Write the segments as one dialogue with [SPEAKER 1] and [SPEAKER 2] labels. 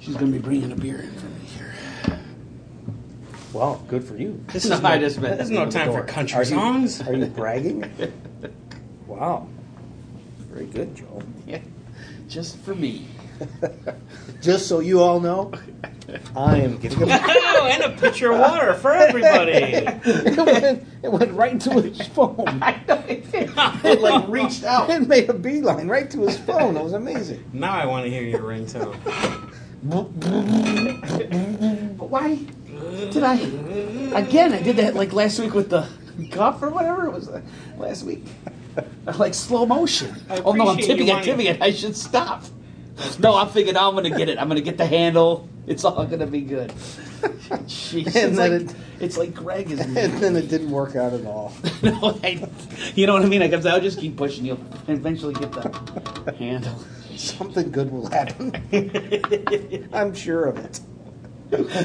[SPEAKER 1] She's gonna be bringing a beer in for me here.
[SPEAKER 2] Well, good for you.
[SPEAKER 3] This is my just meant-
[SPEAKER 1] There's no time for
[SPEAKER 2] Door.
[SPEAKER 1] country
[SPEAKER 2] Are you-
[SPEAKER 1] songs.
[SPEAKER 2] Are you bragging? wow. Very good, Joel.
[SPEAKER 3] Yeah, just for me.
[SPEAKER 2] Just so you all know, I am getting a.
[SPEAKER 3] Oh, and a pitcher of water for everybody.
[SPEAKER 2] it, went, it went right into his phone.
[SPEAKER 3] it like reached out.
[SPEAKER 2] It made a beeline right to his phone. That was amazing.
[SPEAKER 1] Now I want to hear your ringtone.
[SPEAKER 3] But why did I? Again, I did that like last week with the cup or whatever it was uh, last week. Like slow motion.
[SPEAKER 1] I
[SPEAKER 3] Oh no, I'm
[SPEAKER 1] appreciate you
[SPEAKER 3] tipping it,
[SPEAKER 1] wanting-
[SPEAKER 3] tipping it. I should stop. No, I'm thinking I'm gonna get it. I'm gonna get the handle. It's all gonna be good. Jeez, it's
[SPEAKER 2] And
[SPEAKER 3] like
[SPEAKER 2] then it-
[SPEAKER 3] it's like Greg is.
[SPEAKER 2] And then it didn't work out at all.
[SPEAKER 3] no, I, you know what I mean? Like, I'll just keep pushing you and eventually get the handle.
[SPEAKER 2] Something good will happen. I'm sure of it.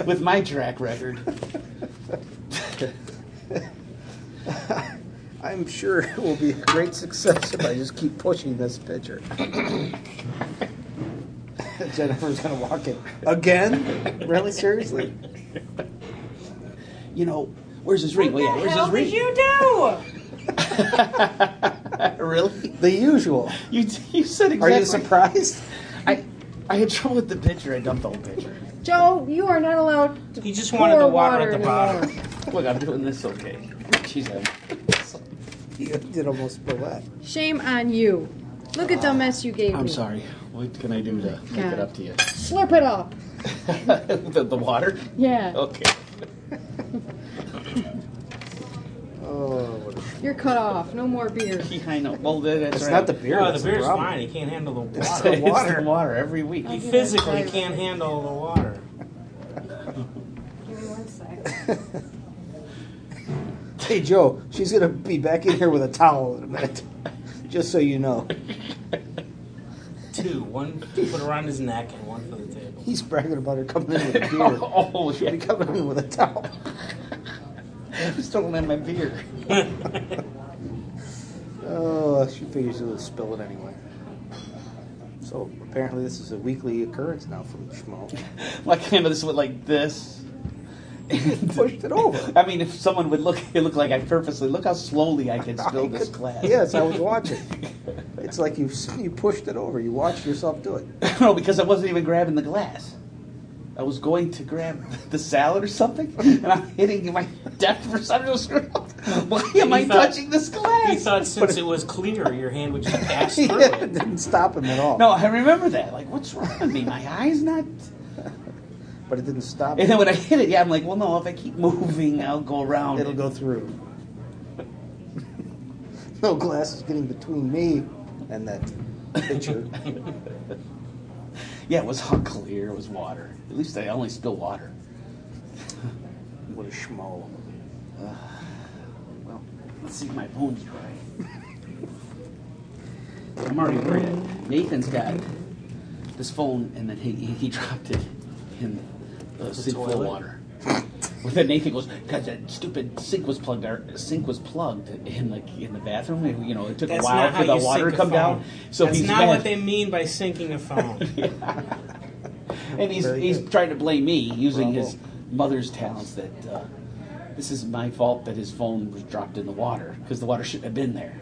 [SPEAKER 3] With my track record.
[SPEAKER 2] I'm sure it will be a great success if I just keep pushing this pitcher. Jennifer's gonna walk in again. Really seriously?
[SPEAKER 3] You know, where's his ring? Well, yeah,
[SPEAKER 4] What the
[SPEAKER 3] where's
[SPEAKER 4] hell
[SPEAKER 3] his
[SPEAKER 4] did
[SPEAKER 3] ring?
[SPEAKER 4] you do?
[SPEAKER 3] really?
[SPEAKER 2] The usual.
[SPEAKER 3] You, you said exactly.
[SPEAKER 2] Are you surprised?
[SPEAKER 3] I, I had trouble with the pitcher. I dumped the whole pitcher.
[SPEAKER 4] Joe, you are not allowed to
[SPEAKER 1] He just
[SPEAKER 4] pour
[SPEAKER 1] wanted the water at the
[SPEAKER 4] in
[SPEAKER 1] bottom.
[SPEAKER 4] bar.
[SPEAKER 3] Look, I'm doing this okay. Jeez, I'm,
[SPEAKER 2] You did almost spill that.
[SPEAKER 4] Shame on you. Look at the mess you gave
[SPEAKER 3] I'm
[SPEAKER 4] me.
[SPEAKER 3] sorry. What can I do to make it up to you?
[SPEAKER 4] Slurp it up.
[SPEAKER 3] the, the water?
[SPEAKER 4] Yeah.
[SPEAKER 3] Okay.
[SPEAKER 2] Oh,
[SPEAKER 4] You're cut off. No more beer.
[SPEAKER 3] Yeah, I know. Well, that- that's
[SPEAKER 2] it's
[SPEAKER 3] right.
[SPEAKER 2] not the beer.
[SPEAKER 1] Oh,
[SPEAKER 2] that's
[SPEAKER 1] the beer's
[SPEAKER 2] problem.
[SPEAKER 1] fine. He can't handle the
[SPEAKER 3] It's
[SPEAKER 1] water.
[SPEAKER 3] the
[SPEAKER 2] the water.
[SPEAKER 3] water. water every week.
[SPEAKER 1] He physically can't handle the water.
[SPEAKER 4] Give me one sec.
[SPEAKER 2] Hey Joe, she's gonna be back in here with a towel in a minute. Just so you know,
[SPEAKER 1] Two, one to put around his neck and one for the table.
[SPEAKER 2] he's bragging about her coming in with a beer.
[SPEAKER 3] oh,
[SPEAKER 2] She'll be
[SPEAKER 3] shit.
[SPEAKER 2] coming in with a towel.
[SPEAKER 3] I'm still gonna have my beer.
[SPEAKER 2] Oh, she figures she'll spill it anyway. So apparently, this is a weekly occurrence now from Schmo.
[SPEAKER 3] Like I handle this with like this.
[SPEAKER 2] Pushed it over.
[SPEAKER 3] I mean, if someone would look, it looked like I purposely look how slowly I can spill this glass.
[SPEAKER 2] Yes, I was watching. It's like you you pushed it over. You watched yourself do it.
[SPEAKER 3] no, because I wasn't even grabbing the glass. I was going to grab the salad or something, and I'm hitting my depth for some reason. Why am I
[SPEAKER 1] He thought-
[SPEAKER 3] touching this
[SPEAKER 1] He
[SPEAKER 3] glass?
[SPEAKER 1] thought since it was clear, your hand would just pass
[SPEAKER 2] Yeah,
[SPEAKER 1] through
[SPEAKER 2] it
[SPEAKER 1] it.
[SPEAKER 2] didn't stop him at all.
[SPEAKER 3] No, I remember that. Like, what's wrong with me? My eye's not.
[SPEAKER 2] but it didn't stop.
[SPEAKER 3] And
[SPEAKER 2] him.
[SPEAKER 3] then when I hit it, yeah, I'm like, well, no, if I keep moving, I'll go around.
[SPEAKER 2] It'll
[SPEAKER 3] it.
[SPEAKER 2] go through. no glass is getting between me and that pitcher.
[SPEAKER 3] Yeah, it was all clear. It was water. At least I only spill water.
[SPEAKER 2] what a schmo.
[SPEAKER 3] Well, let's see if my bones dry. I'm already worried. Nathan's got this phone, and then he, he, he dropped it in the sink full of
[SPEAKER 1] toilet?
[SPEAKER 3] water. Well, then Nathan goes, "God, that stupid sink was plugged. Our sink was plugged in the in the bathroom. and, You know, it took a
[SPEAKER 1] That's
[SPEAKER 3] while
[SPEAKER 1] not
[SPEAKER 3] for
[SPEAKER 1] how
[SPEAKER 3] the
[SPEAKER 1] you
[SPEAKER 3] water to
[SPEAKER 1] sink a
[SPEAKER 3] come down.
[SPEAKER 1] phone.
[SPEAKER 3] So
[SPEAKER 1] That's
[SPEAKER 3] he's
[SPEAKER 1] not
[SPEAKER 3] mad.
[SPEAKER 1] what they mean by sinking a phone.
[SPEAKER 3] and he's
[SPEAKER 2] Very
[SPEAKER 3] he's
[SPEAKER 2] good.
[SPEAKER 3] trying to blame me using
[SPEAKER 2] Bravo.
[SPEAKER 3] his mother's talents that uh, this is my fault that his phone was dropped in the water because the water shouldn't have been there.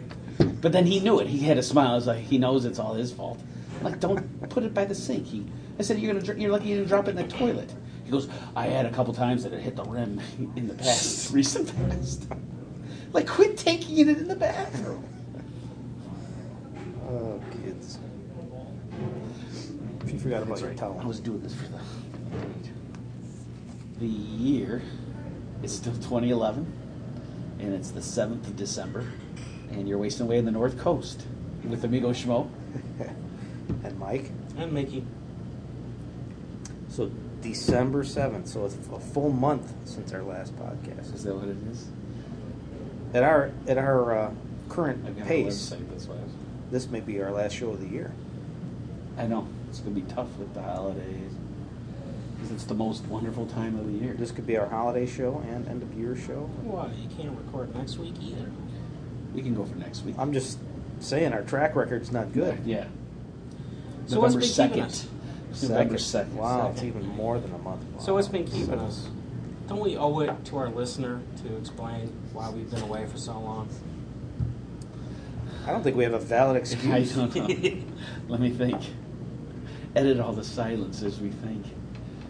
[SPEAKER 3] But then he knew it. He had a smile. He's like, he knows it's all his fault. I'm like, don't put it by the sink. He, I said, you're gonna, dr- you're lucky you didn't drop it in the toilet. He goes, I had a couple times that it hit the rim in the past, recent past. Like, quit taking it in the bathroom.
[SPEAKER 2] Oh, kids. She forgot about your
[SPEAKER 3] I
[SPEAKER 2] towel.
[SPEAKER 3] was doing this for the the year is still 2011, and it's the 7th of December, and you're wasting away in the North Coast with Amigo Schmo.
[SPEAKER 2] and Mike.
[SPEAKER 1] And Mickey.
[SPEAKER 2] So December seventh. So it's a full month since our last podcast.
[SPEAKER 3] Is that what it is?
[SPEAKER 2] At our at our uh,
[SPEAKER 3] I've
[SPEAKER 2] current
[SPEAKER 3] got
[SPEAKER 2] pace,
[SPEAKER 3] a website that's why. I was-
[SPEAKER 2] this may be our last show of the year.
[SPEAKER 3] I know it's gonna be tough with the holidays, because it's the most wonderful time of the year.
[SPEAKER 2] This could be our holiday show and end of year show.
[SPEAKER 1] Why? You can't record next week either.
[SPEAKER 3] We can go for next week.
[SPEAKER 2] I'm just saying our track record's not good.
[SPEAKER 3] Yeah.
[SPEAKER 1] So what's
[SPEAKER 3] November
[SPEAKER 1] been
[SPEAKER 3] second.
[SPEAKER 1] keeping us?
[SPEAKER 3] November 2nd.
[SPEAKER 2] Wow, it's
[SPEAKER 1] Second.
[SPEAKER 2] even more than a month.
[SPEAKER 1] So what's been keeping us? Don't we owe it to our listener to explain why we've been away for so long?
[SPEAKER 2] I don't think we have a valid
[SPEAKER 3] I
[SPEAKER 2] excuse.
[SPEAKER 3] don't know. Let me think. Edit all the silence as we think.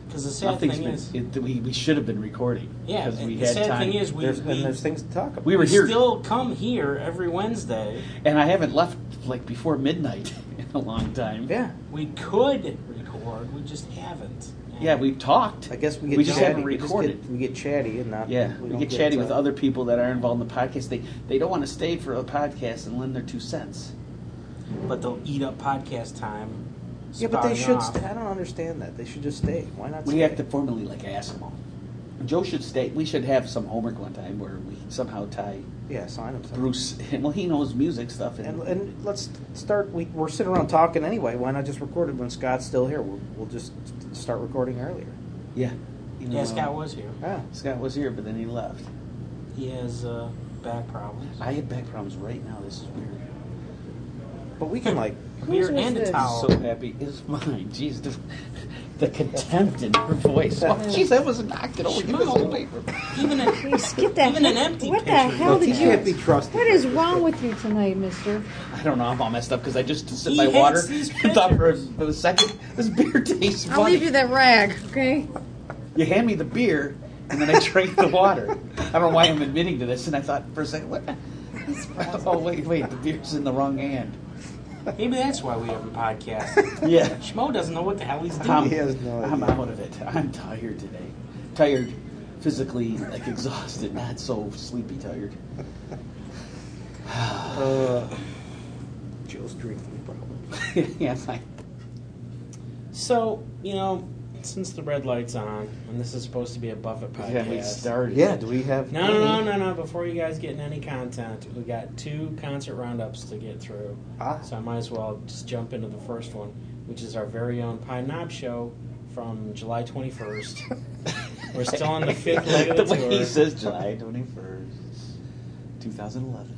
[SPEAKER 1] Because the sad
[SPEAKER 3] Nothing's
[SPEAKER 1] thing
[SPEAKER 3] been.
[SPEAKER 1] is,
[SPEAKER 3] It, we, we should have been recording.
[SPEAKER 1] yeah,
[SPEAKER 3] because we
[SPEAKER 1] the
[SPEAKER 3] had
[SPEAKER 1] sad
[SPEAKER 3] time.
[SPEAKER 1] thing is we,
[SPEAKER 2] there's,
[SPEAKER 1] we,
[SPEAKER 2] and there's things to talk about.
[SPEAKER 3] we were
[SPEAKER 1] we
[SPEAKER 3] here,
[SPEAKER 1] still come here every Wednesday.
[SPEAKER 3] and I haven't left like before midnight in a long time.
[SPEAKER 2] yeah,
[SPEAKER 1] We could record, we just haven't.
[SPEAKER 3] Yeah, we talked.
[SPEAKER 2] I guess we get
[SPEAKER 3] We
[SPEAKER 2] chatty.
[SPEAKER 3] just haven't
[SPEAKER 2] we just
[SPEAKER 3] recorded.
[SPEAKER 2] get- we get chatty and not.
[SPEAKER 3] Yeah, we
[SPEAKER 2] don't
[SPEAKER 3] get chatty with
[SPEAKER 2] uh,
[SPEAKER 3] other people that are involved in the podcast. They they don't want to stay for a podcast and lend their two cents.
[SPEAKER 1] but they'll eat up podcast time.
[SPEAKER 2] Yeah, but they
[SPEAKER 1] spouting
[SPEAKER 2] should.
[SPEAKER 1] off.
[SPEAKER 2] Stay. I don't understand that. They should just stay. Why not?
[SPEAKER 3] We
[SPEAKER 2] stay?
[SPEAKER 3] have to formally like ask them all. Joe should stay. We should have some homework one time where we somehow tie
[SPEAKER 2] Yeah, sign them.
[SPEAKER 3] Bruce. Well, he knows music stuff, and,
[SPEAKER 2] And, and let's start. We, we're sitting around talking anyway. Why not just record it when Scott's still here? We'll, we'll just start recording earlier.
[SPEAKER 3] yeah, even
[SPEAKER 1] Yeah,
[SPEAKER 3] though
[SPEAKER 1] Scott was here.
[SPEAKER 2] Yeah.
[SPEAKER 3] Scott was here, but then he left.
[SPEAKER 1] He has uh, back problems.
[SPEAKER 3] I have back problems right now. This is weird.
[SPEAKER 2] But we can, like,
[SPEAKER 1] A beer
[SPEAKER 4] was
[SPEAKER 1] and
[SPEAKER 4] this?
[SPEAKER 1] a towel.
[SPEAKER 3] So happy is mine. Jeez, the, the contempt in her voice. Oh, jeez, that was knocked it over. Give us some paper.
[SPEAKER 1] even a,
[SPEAKER 4] Please get that.
[SPEAKER 1] Even an empty
[SPEAKER 4] What the
[SPEAKER 1] picture
[SPEAKER 4] hell
[SPEAKER 1] looks
[SPEAKER 4] did
[SPEAKER 1] bad.
[SPEAKER 4] you?
[SPEAKER 1] Can't
[SPEAKER 2] be trusted.
[SPEAKER 4] What is wrong with you tonight, Mister?
[SPEAKER 3] I don't know. I'm all messed up because I just sipped
[SPEAKER 1] He
[SPEAKER 3] my
[SPEAKER 1] hates
[SPEAKER 3] water
[SPEAKER 1] these
[SPEAKER 3] and thought for a, for a second this beer tastes funny.
[SPEAKER 4] I'll leave you that rag, okay?
[SPEAKER 3] You hand me the beer, and then I drink the water. I don't know why I'm admitting to this, and I thought for a second, what? Oh wait, wait, the beer's in the wrong hand.
[SPEAKER 1] Maybe that's why we haven't podcasted.
[SPEAKER 3] Yeah,
[SPEAKER 1] Schmo doesn't know what the hell he's
[SPEAKER 3] I'm,
[SPEAKER 1] doing.
[SPEAKER 2] He has no
[SPEAKER 3] I'm
[SPEAKER 2] idea.
[SPEAKER 3] out of it. I'm tired today. Tired, physically like exhausted, not so sleepy tired.
[SPEAKER 2] Uh, Joe's drinking problem.
[SPEAKER 3] yeah, fine.
[SPEAKER 1] So, you know, since the red light's on, and this is supposed to be a Buffett podcast.
[SPEAKER 3] Yeah, we started.
[SPEAKER 2] Yeah, do we have.
[SPEAKER 1] No, no, no, no, no. Before you guys get in any content, we got two concert roundups to get through.
[SPEAKER 2] Ah.
[SPEAKER 1] So I might as well just jump into the first one, which is our very own Pine Knob show from July 21st. We're still on the fifth leg of the
[SPEAKER 3] the way he
[SPEAKER 1] tour.
[SPEAKER 3] says July twenty first, two thousand eleven.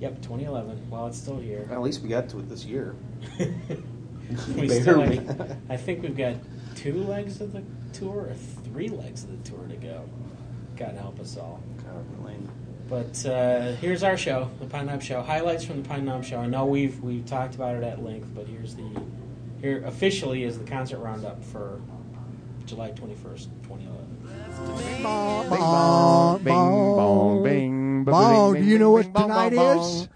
[SPEAKER 1] yep, 2011. While it's still here.
[SPEAKER 2] At least we got to it this year.
[SPEAKER 1] we still
[SPEAKER 3] Barely.
[SPEAKER 1] have, I think we've got two legs of the tour or three legs of the tour to go. God help us all. But uh, here's our show, the Pine Knob Show. Highlights from the Pine Knob Show. I know we've we've talked about it at length, but here's the here officially is the concert roundup for July 21st, 2011.
[SPEAKER 5] Bing bong, bing bong, bing
[SPEAKER 6] Bong,
[SPEAKER 5] bing,
[SPEAKER 6] do you
[SPEAKER 5] bing,
[SPEAKER 6] know what
[SPEAKER 5] bing, bong,
[SPEAKER 6] tonight
[SPEAKER 5] bong,
[SPEAKER 6] is?
[SPEAKER 5] bong.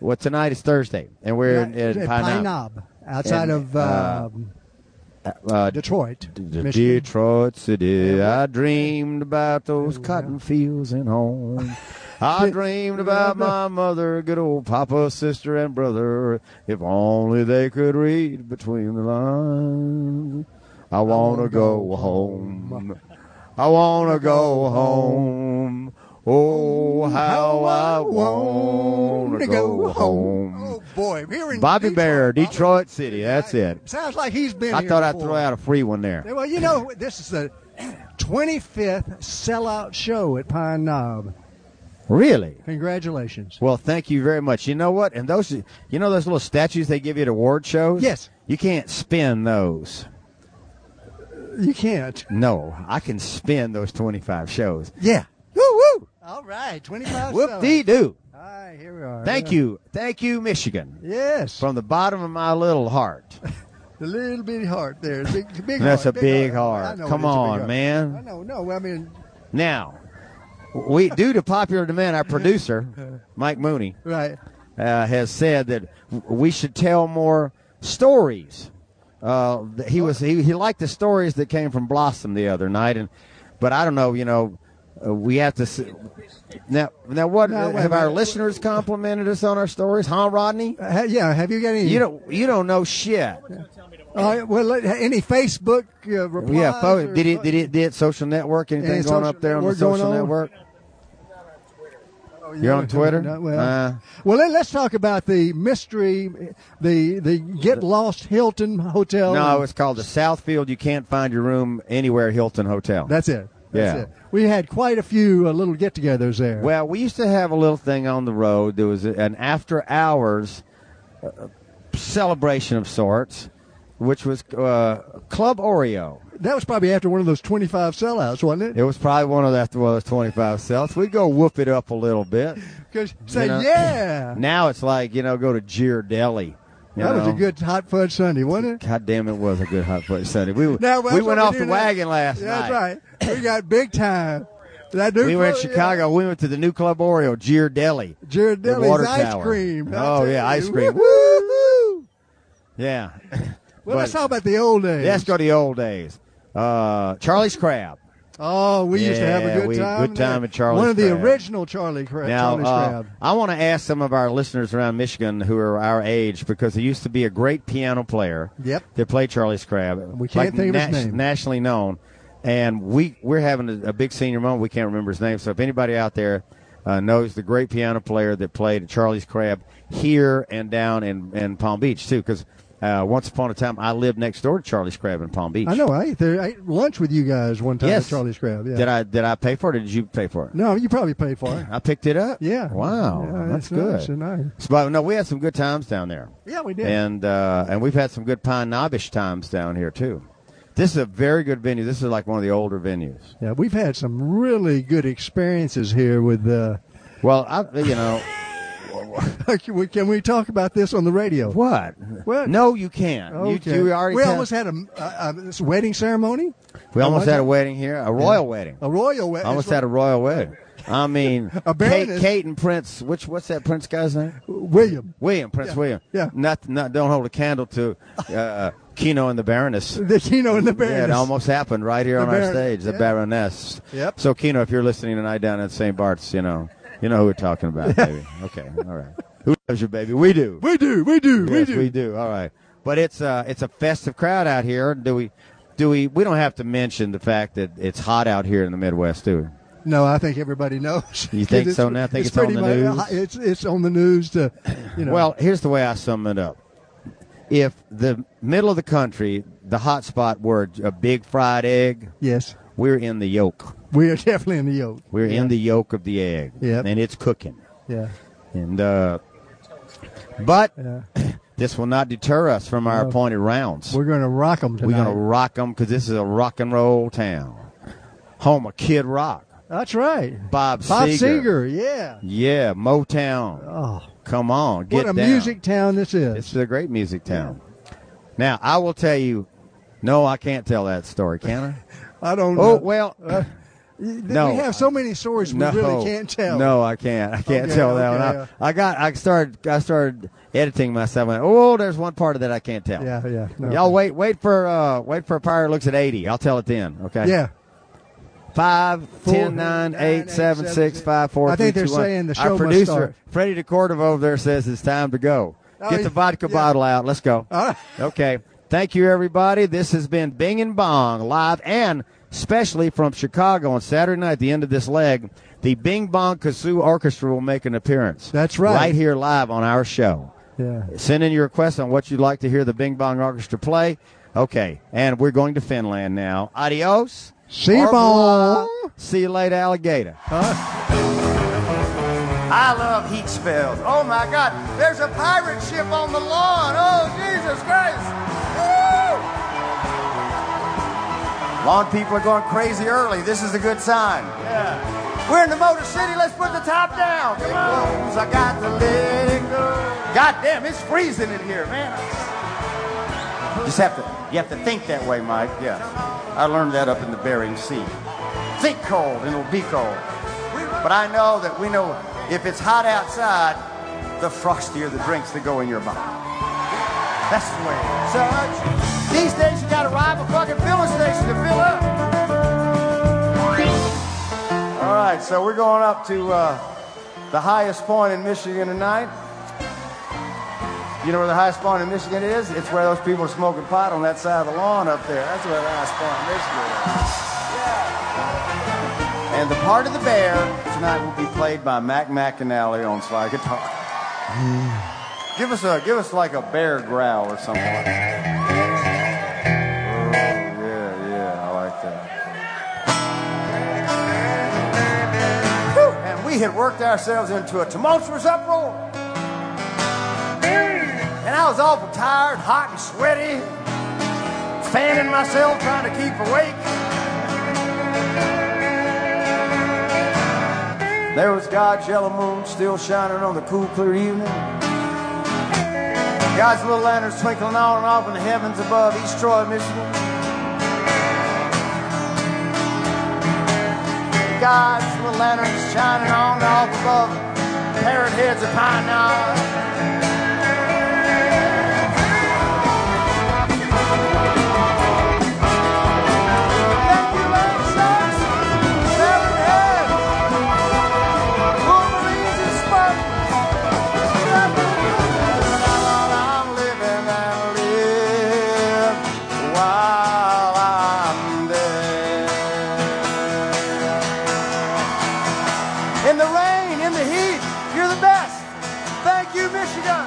[SPEAKER 5] Well, tonight is Thursday, and we're in,
[SPEAKER 6] At-
[SPEAKER 5] in
[SPEAKER 6] at
[SPEAKER 5] Pine,
[SPEAKER 6] Pine
[SPEAKER 5] Knob.
[SPEAKER 6] Knob, outside
[SPEAKER 5] And,
[SPEAKER 6] of
[SPEAKER 5] uh,
[SPEAKER 6] um,
[SPEAKER 5] Uh,
[SPEAKER 6] Detroit,
[SPEAKER 5] D- D-
[SPEAKER 6] Michigan.
[SPEAKER 5] Detroit City. I dreamed about those cotton fields and home. I dreamed about my mother, good old papa, sister, and brother. If only they could read between the lines. I want to go home. I want to go home. Oh, how I want to go home.
[SPEAKER 6] Oh boy, here in
[SPEAKER 5] Bobby Bear,
[SPEAKER 6] Bobby-
[SPEAKER 5] Detroit City. That's it.
[SPEAKER 6] Sounds like he's been.
[SPEAKER 5] I
[SPEAKER 6] here
[SPEAKER 5] thought I'd
[SPEAKER 6] before.
[SPEAKER 5] throw out a free one there.
[SPEAKER 6] Well, you know, this is the 25th sellout show at Pine Knob.
[SPEAKER 5] Really?
[SPEAKER 6] Congratulations.
[SPEAKER 5] Well, thank you very much. You know what? And those, you know, those little statues they give you at award shows.
[SPEAKER 6] Yes.
[SPEAKER 5] You can't spin those.
[SPEAKER 6] You can't.
[SPEAKER 5] No, I can spin those twenty-five shows.
[SPEAKER 6] Yeah.
[SPEAKER 5] Woo woo.
[SPEAKER 6] All right, 25.
[SPEAKER 5] Whoop dee
[SPEAKER 6] sellout.
[SPEAKER 5] doo.
[SPEAKER 6] All right, here we are.
[SPEAKER 5] Thank you, thank you, Michigan,
[SPEAKER 6] Yes,
[SPEAKER 5] from the bottom of my little heart.
[SPEAKER 6] the little bitty heart there, big, big
[SPEAKER 5] That's
[SPEAKER 6] heart,
[SPEAKER 5] a big
[SPEAKER 6] I
[SPEAKER 5] heart.
[SPEAKER 6] know
[SPEAKER 5] Come
[SPEAKER 6] it's a big
[SPEAKER 5] on,
[SPEAKER 6] heart. I
[SPEAKER 5] man.
[SPEAKER 6] know, no, I mean,
[SPEAKER 5] Now, we due to popular demand, our producer, Mike Mooney,
[SPEAKER 6] right.
[SPEAKER 5] uh, has said that w- we should tell more stories. Uh, th- he was he, he liked the stories that came from Blossom the other night, and but I don't know, you know, uh, we have to s now. Now, what
[SPEAKER 6] No, wait,
[SPEAKER 5] have our
[SPEAKER 6] wait.
[SPEAKER 5] listeners complimented us on our stories, huh, Rodney?
[SPEAKER 6] Uh, ha- yeah, have you got any?
[SPEAKER 5] You don't you don't know shit.
[SPEAKER 6] Uh, well, let- any Facebook uh, replies?
[SPEAKER 5] Yeah, fo-
[SPEAKER 6] or-
[SPEAKER 5] did it did it did social network anything
[SPEAKER 6] Any
[SPEAKER 5] going
[SPEAKER 6] social
[SPEAKER 5] up there on the
[SPEAKER 6] network going
[SPEAKER 5] social
[SPEAKER 6] on?
[SPEAKER 5] network?
[SPEAKER 6] Oh,
[SPEAKER 5] You're on Twitter?
[SPEAKER 6] No, well,
[SPEAKER 5] Uh.
[SPEAKER 6] well, let, us talk about the mystery, the the Get Lost Hilton Hotel.
[SPEAKER 5] No, it's called the Southfield. You can't find your room anywhere Hilton Hotel.
[SPEAKER 6] that's it. That's
[SPEAKER 5] Yeah.
[SPEAKER 6] it. We had quite a few uh, little get-togethers there.
[SPEAKER 5] Well, we used to have a little thing on the road. There was an after hours uh, celebration of sorts. which was uh, Club Oreo.
[SPEAKER 6] That was probably after one of those 25 sellouts, wasn't
[SPEAKER 5] It
[SPEAKER 6] it?
[SPEAKER 5] was probably one of that well, it was 25 cents. We'd go whoop it up a little bit.
[SPEAKER 6] Because say,
[SPEAKER 5] know,
[SPEAKER 6] yeah.
[SPEAKER 5] Now it's like, you know, go to Jeer Deli. you
[SPEAKER 6] that was a
[SPEAKER 5] know.
[SPEAKER 6] good hot fudge Sunday, wasn't it?
[SPEAKER 5] God damn, it was a good hot fudge Sunday. We,
[SPEAKER 6] Now, that's
[SPEAKER 5] we went
[SPEAKER 6] what
[SPEAKER 5] off
[SPEAKER 6] do
[SPEAKER 5] the
[SPEAKER 6] now.
[SPEAKER 5] wagon last
[SPEAKER 6] That's
[SPEAKER 5] night.
[SPEAKER 6] right. We got big time. That new
[SPEAKER 5] We were in
[SPEAKER 6] fella, yeah.
[SPEAKER 5] Chicago. We went to the new Club Oreo, Jeer Deli.
[SPEAKER 6] Jared
[SPEAKER 5] The
[SPEAKER 6] Deli's
[SPEAKER 5] water
[SPEAKER 6] ice
[SPEAKER 5] tower.
[SPEAKER 6] cream. I
[SPEAKER 5] Oh,
[SPEAKER 6] tell
[SPEAKER 5] yeah,
[SPEAKER 6] you.
[SPEAKER 5] ice cream.
[SPEAKER 6] Woo-hoo.
[SPEAKER 5] Yeah.
[SPEAKER 6] Well, let's
[SPEAKER 5] But-
[SPEAKER 6] talk about the old days.
[SPEAKER 5] Let's go to the old days. Uh, Charlie's Crab.
[SPEAKER 6] Oh, we used to have
[SPEAKER 5] Yeah,
[SPEAKER 6] a good
[SPEAKER 5] we-
[SPEAKER 6] time.
[SPEAKER 5] good
[SPEAKER 6] in
[SPEAKER 5] time
[SPEAKER 6] there.
[SPEAKER 5] at Charlie's
[SPEAKER 6] One of the
[SPEAKER 5] Crab.
[SPEAKER 6] original Charlie Crab.
[SPEAKER 5] Now,
[SPEAKER 6] Charlie's
[SPEAKER 5] uh,
[SPEAKER 6] Crab.
[SPEAKER 5] I want to ask some of our listeners around Michigan who are our age because there used to be a great piano player.
[SPEAKER 6] Yep.
[SPEAKER 5] That played Charlie's Crab.
[SPEAKER 6] We can't think of his name.
[SPEAKER 5] Nationally known, and we we're having a, a big senior moment. We can't remember his name. So if anybody out there uh, knows the great piano player that played Charlie's Crab here and down in, in Palm Beach too, because uh, once upon a time I lived next door to Charlie's Crab in Palm Beach.
[SPEAKER 6] I know. I ate there. I ate lunch with you guys one time
[SPEAKER 5] Yes.
[SPEAKER 6] at Charlie's Crab. Yeah.
[SPEAKER 5] Did I did I pay for it? or Did you pay for it?
[SPEAKER 6] No, you probably paid for it.
[SPEAKER 5] I picked it up.
[SPEAKER 6] Yeah.
[SPEAKER 5] Wow.
[SPEAKER 6] Yeah,
[SPEAKER 5] that's
[SPEAKER 6] it's nice,
[SPEAKER 5] good.
[SPEAKER 6] it's nice.
[SPEAKER 5] So, but no, we had some good times down there.
[SPEAKER 6] Yeah, we did.
[SPEAKER 5] And uh, and we've had some good Pine Knobbish times down here too. This is a very good venue. This is like one of the older venues.
[SPEAKER 6] yeah, we've had some really good experiences here with. Uh,
[SPEAKER 5] Well, I you know
[SPEAKER 6] can we- can we talk about this on the radio?
[SPEAKER 5] what?
[SPEAKER 6] What?
[SPEAKER 5] No, you can't.
[SPEAKER 6] Okay.
[SPEAKER 5] You, you already.
[SPEAKER 6] we
[SPEAKER 5] tell-
[SPEAKER 6] almost had a, a, a this wedding ceremony.
[SPEAKER 5] We almost
[SPEAKER 6] Oh,
[SPEAKER 5] had a wedding here, a royal wedding.
[SPEAKER 6] A royal wedding.
[SPEAKER 5] almost had a royal wedding. I mean,
[SPEAKER 6] Oh, A
[SPEAKER 5] Kate,
[SPEAKER 6] baroness.
[SPEAKER 5] Kate and Prince. Which what's that Prince guy's name?
[SPEAKER 6] William.
[SPEAKER 5] William Prince
[SPEAKER 6] Yeah,
[SPEAKER 5] William.
[SPEAKER 6] yeah.
[SPEAKER 5] Not, not don't hold a candle to uh, Kino and the Baroness.
[SPEAKER 6] The Kino and the Baroness.
[SPEAKER 5] Yeah, it almost happened right here
[SPEAKER 6] The
[SPEAKER 5] on our
[SPEAKER 6] Baron-
[SPEAKER 5] stage, the
[SPEAKER 6] yeah.
[SPEAKER 5] Baroness.
[SPEAKER 6] Yep.
[SPEAKER 5] So, Keno, if you're listening tonight down at St. Bart's, you know, you know who we're talking about, baby. Okay, all right. Who loves you, baby? We do.
[SPEAKER 6] We do. We do. we
[SPEAKER 5] yes,
[SPEAKER 6] do.
[SPEAKER 5] we do. All right. But it's uh, it's a festive crowd out here. Do we? Do we? We don't have to mention the fact that it's hot out here in the Midwest, do
[SPEAKER 6] No, I think everybody knows.
[SPEAKER 5] You think
[SPEAKER 6] 'Cause
[SPEAKER 5] so now? Think it's on
[SPEAKER 6] pretty
[SPEAKER 5] the
[SPEAKER 6] much- uh,
[SPEAKER 5] news?
[SPEAKER 6] It's it's on the news. To, you
[SPEAKER 5] we?
[SPEAKER 6] know,
[SPEAKER 5] Well, here's the way I sum it up. If the middle of the country, the hot spot were a big fried egg,
[SPEAKER 6] yes,
[SPEAKER 5] we're in the yolk.
[SPEAKER 6] we are definitely in the yoke.
[SPEAKER 5] We're in the yolk of the egg,
[SPEAKER 6] Yep.
[SPEAKER 5] and it's cooking.
[SPEAKER 6] Yeah,
[SPEAKER 5] And uh, but
[SPEAKER 6] yeah.
[SPEAKER 5] this will not deter us from our appointed rounds.
[SPEAKER 6] We're going to rock them
[SPEAKER 5] We're
[SPEAKER 6] tonight.
[SPEAKER 5] gonna rock them because this is a rock and roll town, home of Kid Rock,
[SPEAKER 6] That's right.
[SPEAKER 5] Bob,
[SPEAKER 6] Bob
[SPEAKER 5] Seger.
[SPEAKER 6] Seger. Yeah.
[SPEAKER 5] yeah, Motown.
[SPEAKER 6] Oh,
[SPEAKER 5] Come on, get
[SPEAKER 6] what a
[SPEAKER 5] down.
[SPEAKER 6] music town this is.
[SPEAKER 5] This is a great music town. Now I will tell you. No, I can't tell that story, can I?
[SPEAKER 6] I don't
[SPEAKER 5] Oh
[SPEAKER 6] know.
[SPEAKER 5] well, no.
[SPEAKER 6] we have so many stories Uh, we
[SPEAKER 5] no,
[SPEAKER 6] really can't tell.
[SPEAKER 5] No, I can't. I can't
[SPEAKER 6] Okay,
[SPEAKER 5] tell that
[SPEAKER 6] okay,
[SPEAKER 5] one. I,
[SPEAKER 6] yeah.
[SPEAKER 5] I got. I started. I started editing myself. I went, oh, there's one part of that I can't tell.
[SPEAKER 6] Yeah, yeah. no.
[SPEAKER 5] Y'all wait. Wait for. Uh, wait for a pirate looks at eighty. I'll tell it then. Okay.
[SPEAKER 6] Yeah.
[SPEAKER 5] Five,
[SPEAKER 6] Four,
[SPEAKER 5] ten, nine, eight, seven, six, five, four,
[SPEAKER 6] I think
[SPEAKER 5] three,
[SPEAKER 6] they're
[SPEAKER 5] two, one.
[SPEAKER 6] saying the show
[SPEAKER 5] Our
[SPEAKER 6] must
[SPEAKER 5] producer,
[SPEAKER 6] start.
[SPEAKER 5] Freddie DeCordova over there says it's time to go.
[SPEAKER 6] Oh,
[SPEAKER 5] Get
[SPEAKER 6] he-
[SPEAKER 5] the vodka
[SPEAKER 6] yeah. Uh,
[SPEAKER 5] bottle out. Let's go.
[SPEAKER 6] All right.
[SPEAKER 5] Okay. Thank you, everybody. This has been Bing and Bong live and especially from Chicago on Saturday night, the end of this leg. The Bing Bong Kazoo Orchestra will make an appearance.
[SPEAKER 6] That's right.
[SPEAKER 5] Right here live on our show.
[SPEAKER 6] Yeah.
[SPEAKER 5] Send in your requests on what you'd like to hear the Bing Bong Orchestra play. Okay, and we're going to Finland now. Adios.
[SPEAKER 6] See you,
[SPEAKER 5] Arvola.
[SPEAKER 6] Bong.
[SPEAKER 5] See you later, alligator. I love heat spells. Oh my God, there's a pirate ship on the lawn. Oh Jesus Christ! Woo! Lawn people are going crazy early. This is a good sign. Yeah. We're in the Motor City. Let's put the top down. Come on. I got to let it go. God damn, it's freezing in here, man. Just have to, you have to think that way, Mike. Yeah. I learned that up in the Bering Sea. Think cold and it'll be cold. But I know that we know if it's hot outside, the frostier the drinks that go in your mouth. That's the way. Such. These days you gotta rob a fucking filling station to fill up. All right, so we're going up to uh, the highest point in Michigan tonight. You know where the highest point in Michigan is? It's where those people are smoking pot on that side of the lawn up there. That's where the highest point in Michigan is. Yeah. And the part of the bear tonight will be played by Mac McAnally on slide guitar. give us a give us like a bear growl or something. like that. Oh, yeah, yeah, I like that. Whew, And we had worked ourselves into a tumultuous uproar. And I was awful tired, hot and sweaty.
[SPEAKER 7] fanning myself trying to keep awake. There was God's yellow moon still shining on the cool, clear evening. God's little lanterns twinkling on and off in the heavens above East Troy, Michigan. God's little lanterns shining on and off above parrot heads of pine knots. In the rain, in the heat, you're the best. Thank you, Michigan.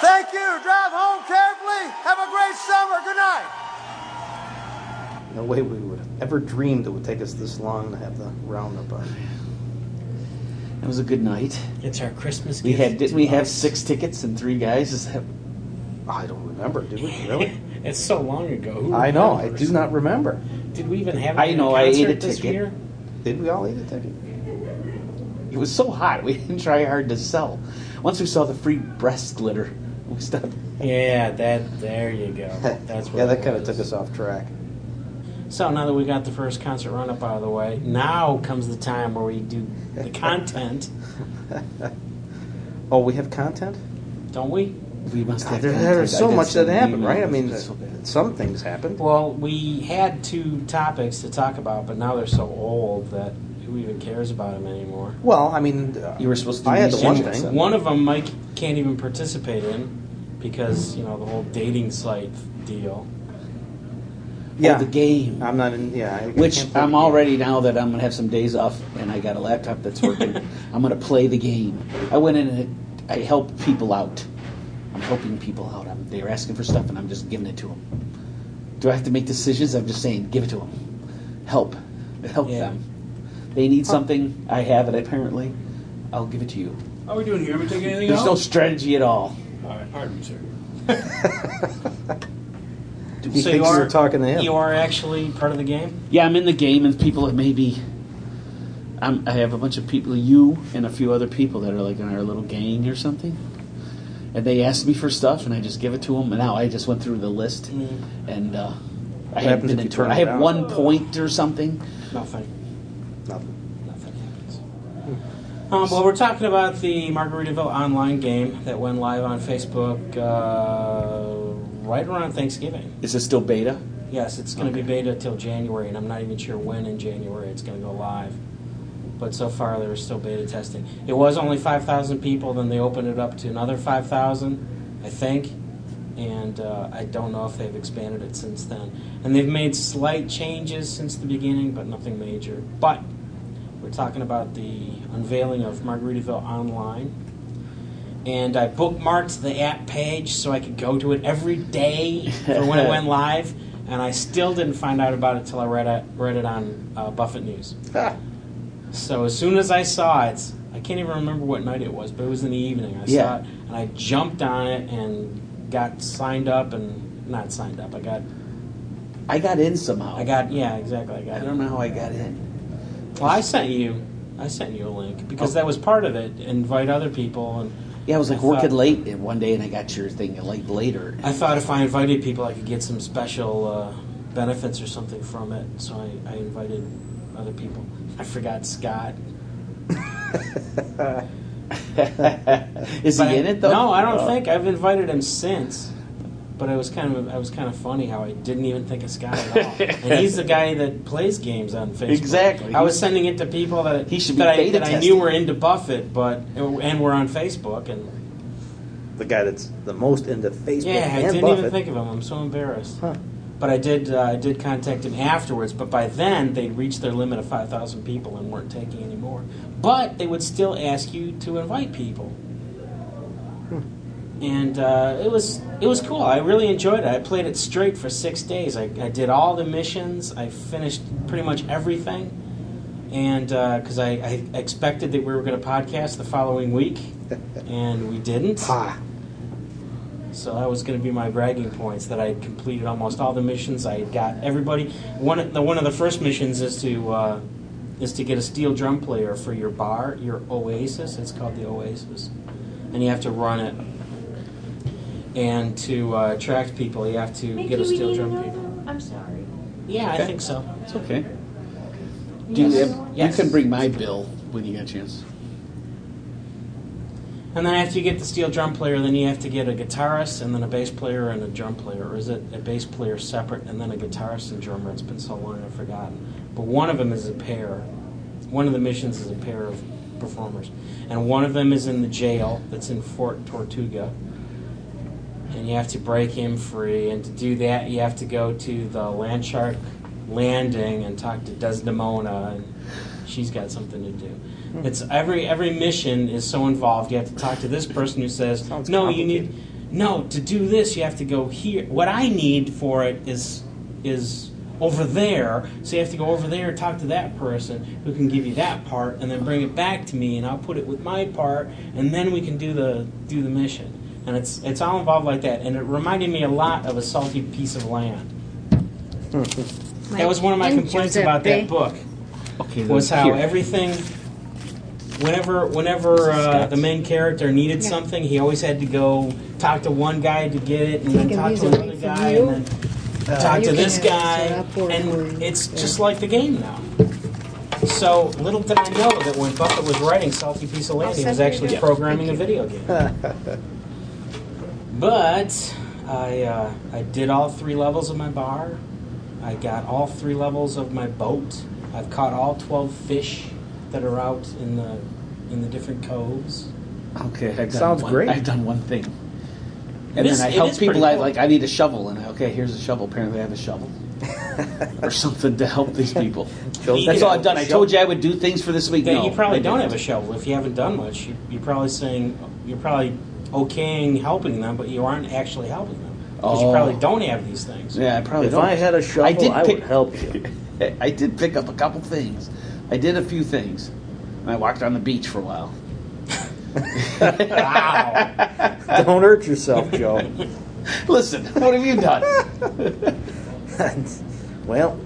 [SPEAKER 7] Thank you. Drive home carefully. Have a great summer. Good night.
[SPEAKER 2] No way we would have ever dreamed it would take us this long to have the roundup on.
[SPEAKER 3] It was a good night.
[SPEAKER 1] It's our Christmas
[SPEAKER 3] We
[SPEAKER 1] gift.
[SPEAKER 3] had
[SPEAKER 1] to
[SPEAKER 3] didn't we have
[SPEAKER 1] us.
[SPEAKER 3] six tickets and three guys? Is that
[SPEAKER 2] I don't remember, did we? Really?
[SPEAKER 1] It's so long ago. Who
[SPEAKER 2] I know. I
[SPEAKER 1] remembers?
[SPEAKER 2] do not remember.
[SPEAKER 1] Did we even have? It
[SPEAKER 3] I
[SPEAKER 1] in
[SPEAKER 3] know, I
[SPEAKER 1] concert
[SPEAKER 3] ate a
[SPEAKER 1] this
[SPEAKER 3] ticket.
[SPEAKER 1] Year?
[SPEAKER 2] Did we all eat a ticket?
[SPEAKER 3] it was so hot we didn't try hard to sell. Once we saw the free breast glitter, we stopped.
[SPEAKER 1] Yeah, that. There you go. That's what
[SPEAKER 2] yeah,
[SPEAKER 1] it
[SPEAKER 2] that kind of
[SPEAKER 1] was.
[SPEAKER 2] took us off track.
[SPEAKER 1] So now that we got the first concert run up out of the way, now comes the time where we do the content,
[SPEAKER 2] Oh, we have content.
[SPEAKER 1] don't we?
[SPEAKER 3] We must have.
[SPEAKER 2] there,
[SPEAKER 3] contact.
[SPEAKER 2] there's so
[SPEAKER 3] I did
[SPEAKER 2] much that
[SPEAKER 3] send an
[SPEAKER 2] happened,
[SPEAKER 3] email.
[SPEAKER 2] right? I mean,
[SPEAKER 3] It's so bad.
[SPEAKER 2] some things happened.
[SPEAKER 1] Well, we had two topics to talk about, but now they're so old that who even cares about them anymore?
[SPEAKER 2] Well, I mean, uh,
[SPEAKER 3] You were supposed to.
[SPEAKER 2] I
[SPEAKER 3] do
[SPEAKER 2] had the
[SPEAKER 3] these
[SPEAKER 2] one
[SPEAKER 3] jingles,
[SPEAKER 2] thing.
[SPEAKER 3] huh?
[SPEAKER 1] One of them Mike can't even participate in because you know the whole dating site deal.
[SPEAKER 2] yeah,
[SPEAKER 3] Oh, the game.
[SPEAKER 2] I'm not in. Yeah, I- I
[SPEAKER 3] Which
[SPEAKER 2] can't play
[SPEAKER 3] I'm
[SPEAKER 2] the game.
[SPEAKER 3] already now that I'm gonna have some days off and I got a laptop that's working. I'm gonna play the game. I went in and I helped people out. I'm helping people out. I'm, they're asking for stuff and I'm just giving it to them. Do I have to make decisions? I'm just saying, give it to them. Help, help
[SPEAKER 1] Yeah.
[SPEAKER 3] them. They need something. I have it apparently. I'll give it to you.
[SPEAKER 8] How are we doing here? Are we taking anything
[SPEAKER 3] There's no
[SPEAKER 8] else?
[SPEAKER 3] strategy at all.
[SPEAKER 8] All right, pardon me, sir.
[SPEAKER 2] He thinks you're talking to him.
[SPEAKER 1] You are actually part of the game.
[SPEAKER 3] Yeah, I'm in the game, and people that maybe I'm, I have a bunch of people, you and a few other people that are like in our little gang or something, and they ask me for stuff, and I just give it to them. And now I just went through the list,
[SPEAKER 1] Mm-hmm.
[SPEAKER 3] and uh, I have
[SPEAKER 2] happens
[SPEAKER 3] been
[SPEAKER 2] if you
[SPEAKER 3] in
[SPEAKER 2] turn
[SPEAKER 3] I
[SPEAKER 2] it
[SPEAKER 3] have
[SPEAKER 2] down?
[SPEAKER 3] one point or something.
[SPEAKER 1] Nothing.
[SPEAKER 2] Nothing.
[SPEAKER 1] Nothing happens.
[SPEAKER 2] Hmm.
[SPEAKER 1] Um, well, we're talking about the Margaritaville online game that went live on Facebook uh, right around Thanksgiving.
[SPEAKER 3] Is it still beta?
[SPEAKER 1] Yes, it's going to be beta till January, and I'm not even sure when in January it's going to go live. But so far, they're still beta testing. It was only 5,000 people, then they opened it up to another 5,000, I think. And uh, I don't know if they've expanded it since then. And they've made slight changes since the beginning, but nothing major. But we're talking about the unveiling of Margaritaville Online. And I bookmarked the app page so I could go to it every day for when it went live. And I still didn't find out about it till I read it, read it on uh, Buffett News. So as soon as I saw it, I can't even remember what night it was, but it was in the evening. I saw
[SPEAKER 3] Yeah.
[SPEAKER 1] it and I jumped on it and got signed up and not signed up. I got,
[SPEAKER 3] I got in somehow.
[SPEAKER 1] I got, yeah, exactly. I
[SPEAKER 3] I
[SPEAKER 1] got.
[SPEAKER 3] don't know how I got in.
[SPEAKER 1] Well, I sent you, I sent you a link because that was part of it. Invite other people, and
[SPEAKER 3] Yeah, I was like
[SPEAKER 1] I
[SPEAKER 3] working
[SPEAKER 1] thought-
[SPEAKER 3] late one day, and I got your thing like later.
[SPEAKER 1] I thought if I invited people, I could get some special uh, benefits or something from it. So I, I invited other people. I forgot Scott.
[SPEAKER 3] Is
[SPEAKER 1] But
[SPEAKER 3] he
[SPEAKER 1] I-
[SPEAKER 3] in it though?
[SPEAKER 1] No, I don't
[SPEAKER 3] Uh,
[SPEAKER 1] think I've invited him since. But it was kind of I was kind of funny how I didn't even think of Scott at all. and he's the guy that plays games on Facebook.
[SPEAKER 3] Exactly.
[SPEAKER 1] I was sending it to people that
[SPEAKER 3] He should be
[SPEAKER 1] that, I,
[SPEAKER 3] beta
[SPEAKER 1] that I knew
[SPEAKER 3] testing.
[SPEAKER 1] were into Buffett, but and were on Facebook. And
[SPEAKER 2] The guy that's the most into Facebook
[SPEAKER 1] yeah, I
[SPEAKER 2] and
[SPEAKER 1] didn't
[SPEAKER 2] Buffett.
[SPEAKER 1] even think of him. I'm so embarrassed.
[SPEAKER 2] Huh.
[SPEAKER 1] But I did. Uh, I did contact him afterwards. But by then, they'd reached their limit of five thousand people and weren't taking any more. But they would still ask you to invite people. And uh, it was it was cool. I really enjoyed it. I played it straight for six days. I, I did all the missions. I finished pretty much everything. and because I, I expected that we were going to podcast the following week, and we didn't.
[SPEAKER 2] Ha!
[SPEAKER 1] So that was going to be my bragging points that I had completed almost all the missions. I had got everybody. One of the one of the first missions is to uh, is to get a steel drum player for your bar, your Oasis. It's called the Oasis, and you have to run it. And to uh, attract people, you have to
[SPEAKER 9] Mickey,
[SPEAKER 1] get a
[SPEAKER 9] we
[SPEAKER 1] steel
[SPEAKER 9] need
[SPEAKER 1] drum.
[SPEAKER 9] another
[SPEAKER 1] People.
[SPEAKER 9] one? I'm sorry.
[SPEAKER 1] Yeah, I
[SPEAKER 3] Okay.
[SPEAKER 1] think so.
[SPEAKER 3] It's okay.
[SPEAKER 9] We
[SPEAKER 3] Do you,
[SPEAKER 9] need
[SPEAKER 1] Yes.
[SPEAKER 9] another
[SPEAKER 3] have,
[SPEAKER 9] one?
[SPEAKER 1] Yes.
[SPEAKER 3] you can bring my bill when you get a chance.
[SPEAKER 1] And then after you get the steel drum player, then you have to get a guitarist, and then a bass player, and a drum player. Or is it a bass player separate, and then a guitarist and drummer? It's been so long I've forgotten. But one of them is a pair. One of the missions is a pair of performers. And one of them is in the jail that's in Fort Tortuga. And you have to break him free. And to do that, you have to go to the Land Shark landing and talk to Desdemona. And she's got something to do. It's every every mission is so involved. You have to talk to this person who says,
[SPEAKER 2] Sounds
[SPEAKER 1] "No, you
[SPEAKER 2] complicated.
[SPEAKER 1] need no to do this. You have to go here. What I need for it is is over there. So you have to go over there, talk to that person who can give you that part, and then bring it back to me, and I'll put it with my part, and then we can do the do the mission. And it's it's all involved like that. And it reminded me a lot of a salty piece of land. That was one of my
[SPEAKER 4] Thank you,
[SPEAKER 1] complaints about that
[SPEAKER 4] Giuseppe.
[SPEAKER 1] book
[SPEAKER 3] Okay.
[SPEAKER 1] was
[SPEAKER 3] then
[SPEAKER 1] how
[SPEAKER 3] here.
[SPEAKER 1] everything whenever whenever uh,
[SPEAKER 3] Scott.
[SPEAKER 1] the main character needed
[SPEAKER 4] Yeah.
[SPEAKER 1] something he always had to go talk to one guy to get it and then
[SPEAKER 4] can
[SPEAKER 1] talk
[SPEAKER 4] use
[SPEAKER 1] to
[SPEAKER 4] it
[SPEAKER 1] another
[SPEAKER 4] from
[SPEAKER 1] guy
[SPEAKER 4] you.
[SPEAKER 1] and then talk
[SPEAKER 4] you
[SPEAKER 1] to
[SPEAKER 4] can
[SPEAKER 1] this
[SPEAKER 4] have it, so
[SPEAKER 1] guy
[SPEAKER 4] that poor
[SPEAKER 1] and
[SPEAKER 4] boy,
[SPEAKER 1] it's
[SPEAKER 4] yeah.
[SPEAKER 1] just like the game now so little did i know that when buffett was writing salty piece of land he was
[SPEAKER 4] send you
[SPEAKER 3] Oh,
[SPEAKER 1] actually
[SPEAKER 4] that.
[SPEAKER 1] programming a video game but I uh, I did all three levels of my bar. I got all three levels of my boat. I've caught all twelve fish that are out in the in the different coves.
[SPEAKER 3] Okay, I've done
[SPEAKER 2] Sounds
[SPEAKER 3] one,
[SPEAKER 2] great.
[SPEAKER 3] I've done one thing,
[SPEAKER 1] It
[SPEAKER 3] and
[SPEAKER 1] is-
[SPEAKER 3] then I
[SPEAKER 1] it
[SPEAKER 3] help
[SPEAKER 1] is pretty
[SPEAKER 3] people. I
[SPEAKER 1] cool.
[SPEAKER 3] like. I need a shovel, and I, okay, here's a shovel. Apparently, I have a shovel or something to help these people.
[SPEAKER 1] You
[SPEAKER 3] That's all
[SPEAKER 1] know,
[SPEAKER 3] I've done. I told you I would do things for this week.
[SPEAKER 1] That
[SPEAKER 3] No,
[SPEAKER 1] you probably
[SPEAKER 3] I
[SPEAKER 1] don't
[SPEAKER 3] didn't.
[SPEAKER 1] have a shovel if you haven't done much. You, you're probably saying you're probably okaying helping them, but you aren't actually helping them because you
[SPEAKER 3] Oh.
[SPEAKER 1] probably don't have these things.
[SPEAKER 3] Yeah, I probably
[SPEAKER 10] If
[SPEAKER 3] don't.
[SPEAKER 10] I had a shovel, I,
[SPEAKER 3] did
[SPEAKER 10] would
[SPEAKER 3] pick-
[SPEAKER 10] help you.
[SPEAKER 3] I did pick up a couple things. I did a few things, and I walked on the beach for a while.
[SPEAKER 1] Wow.
[SPEAKER 2] Don't hurt yourself, Joe.
[SPEAKER 3] Listen, what have you done?
[SPEAKER 2] well,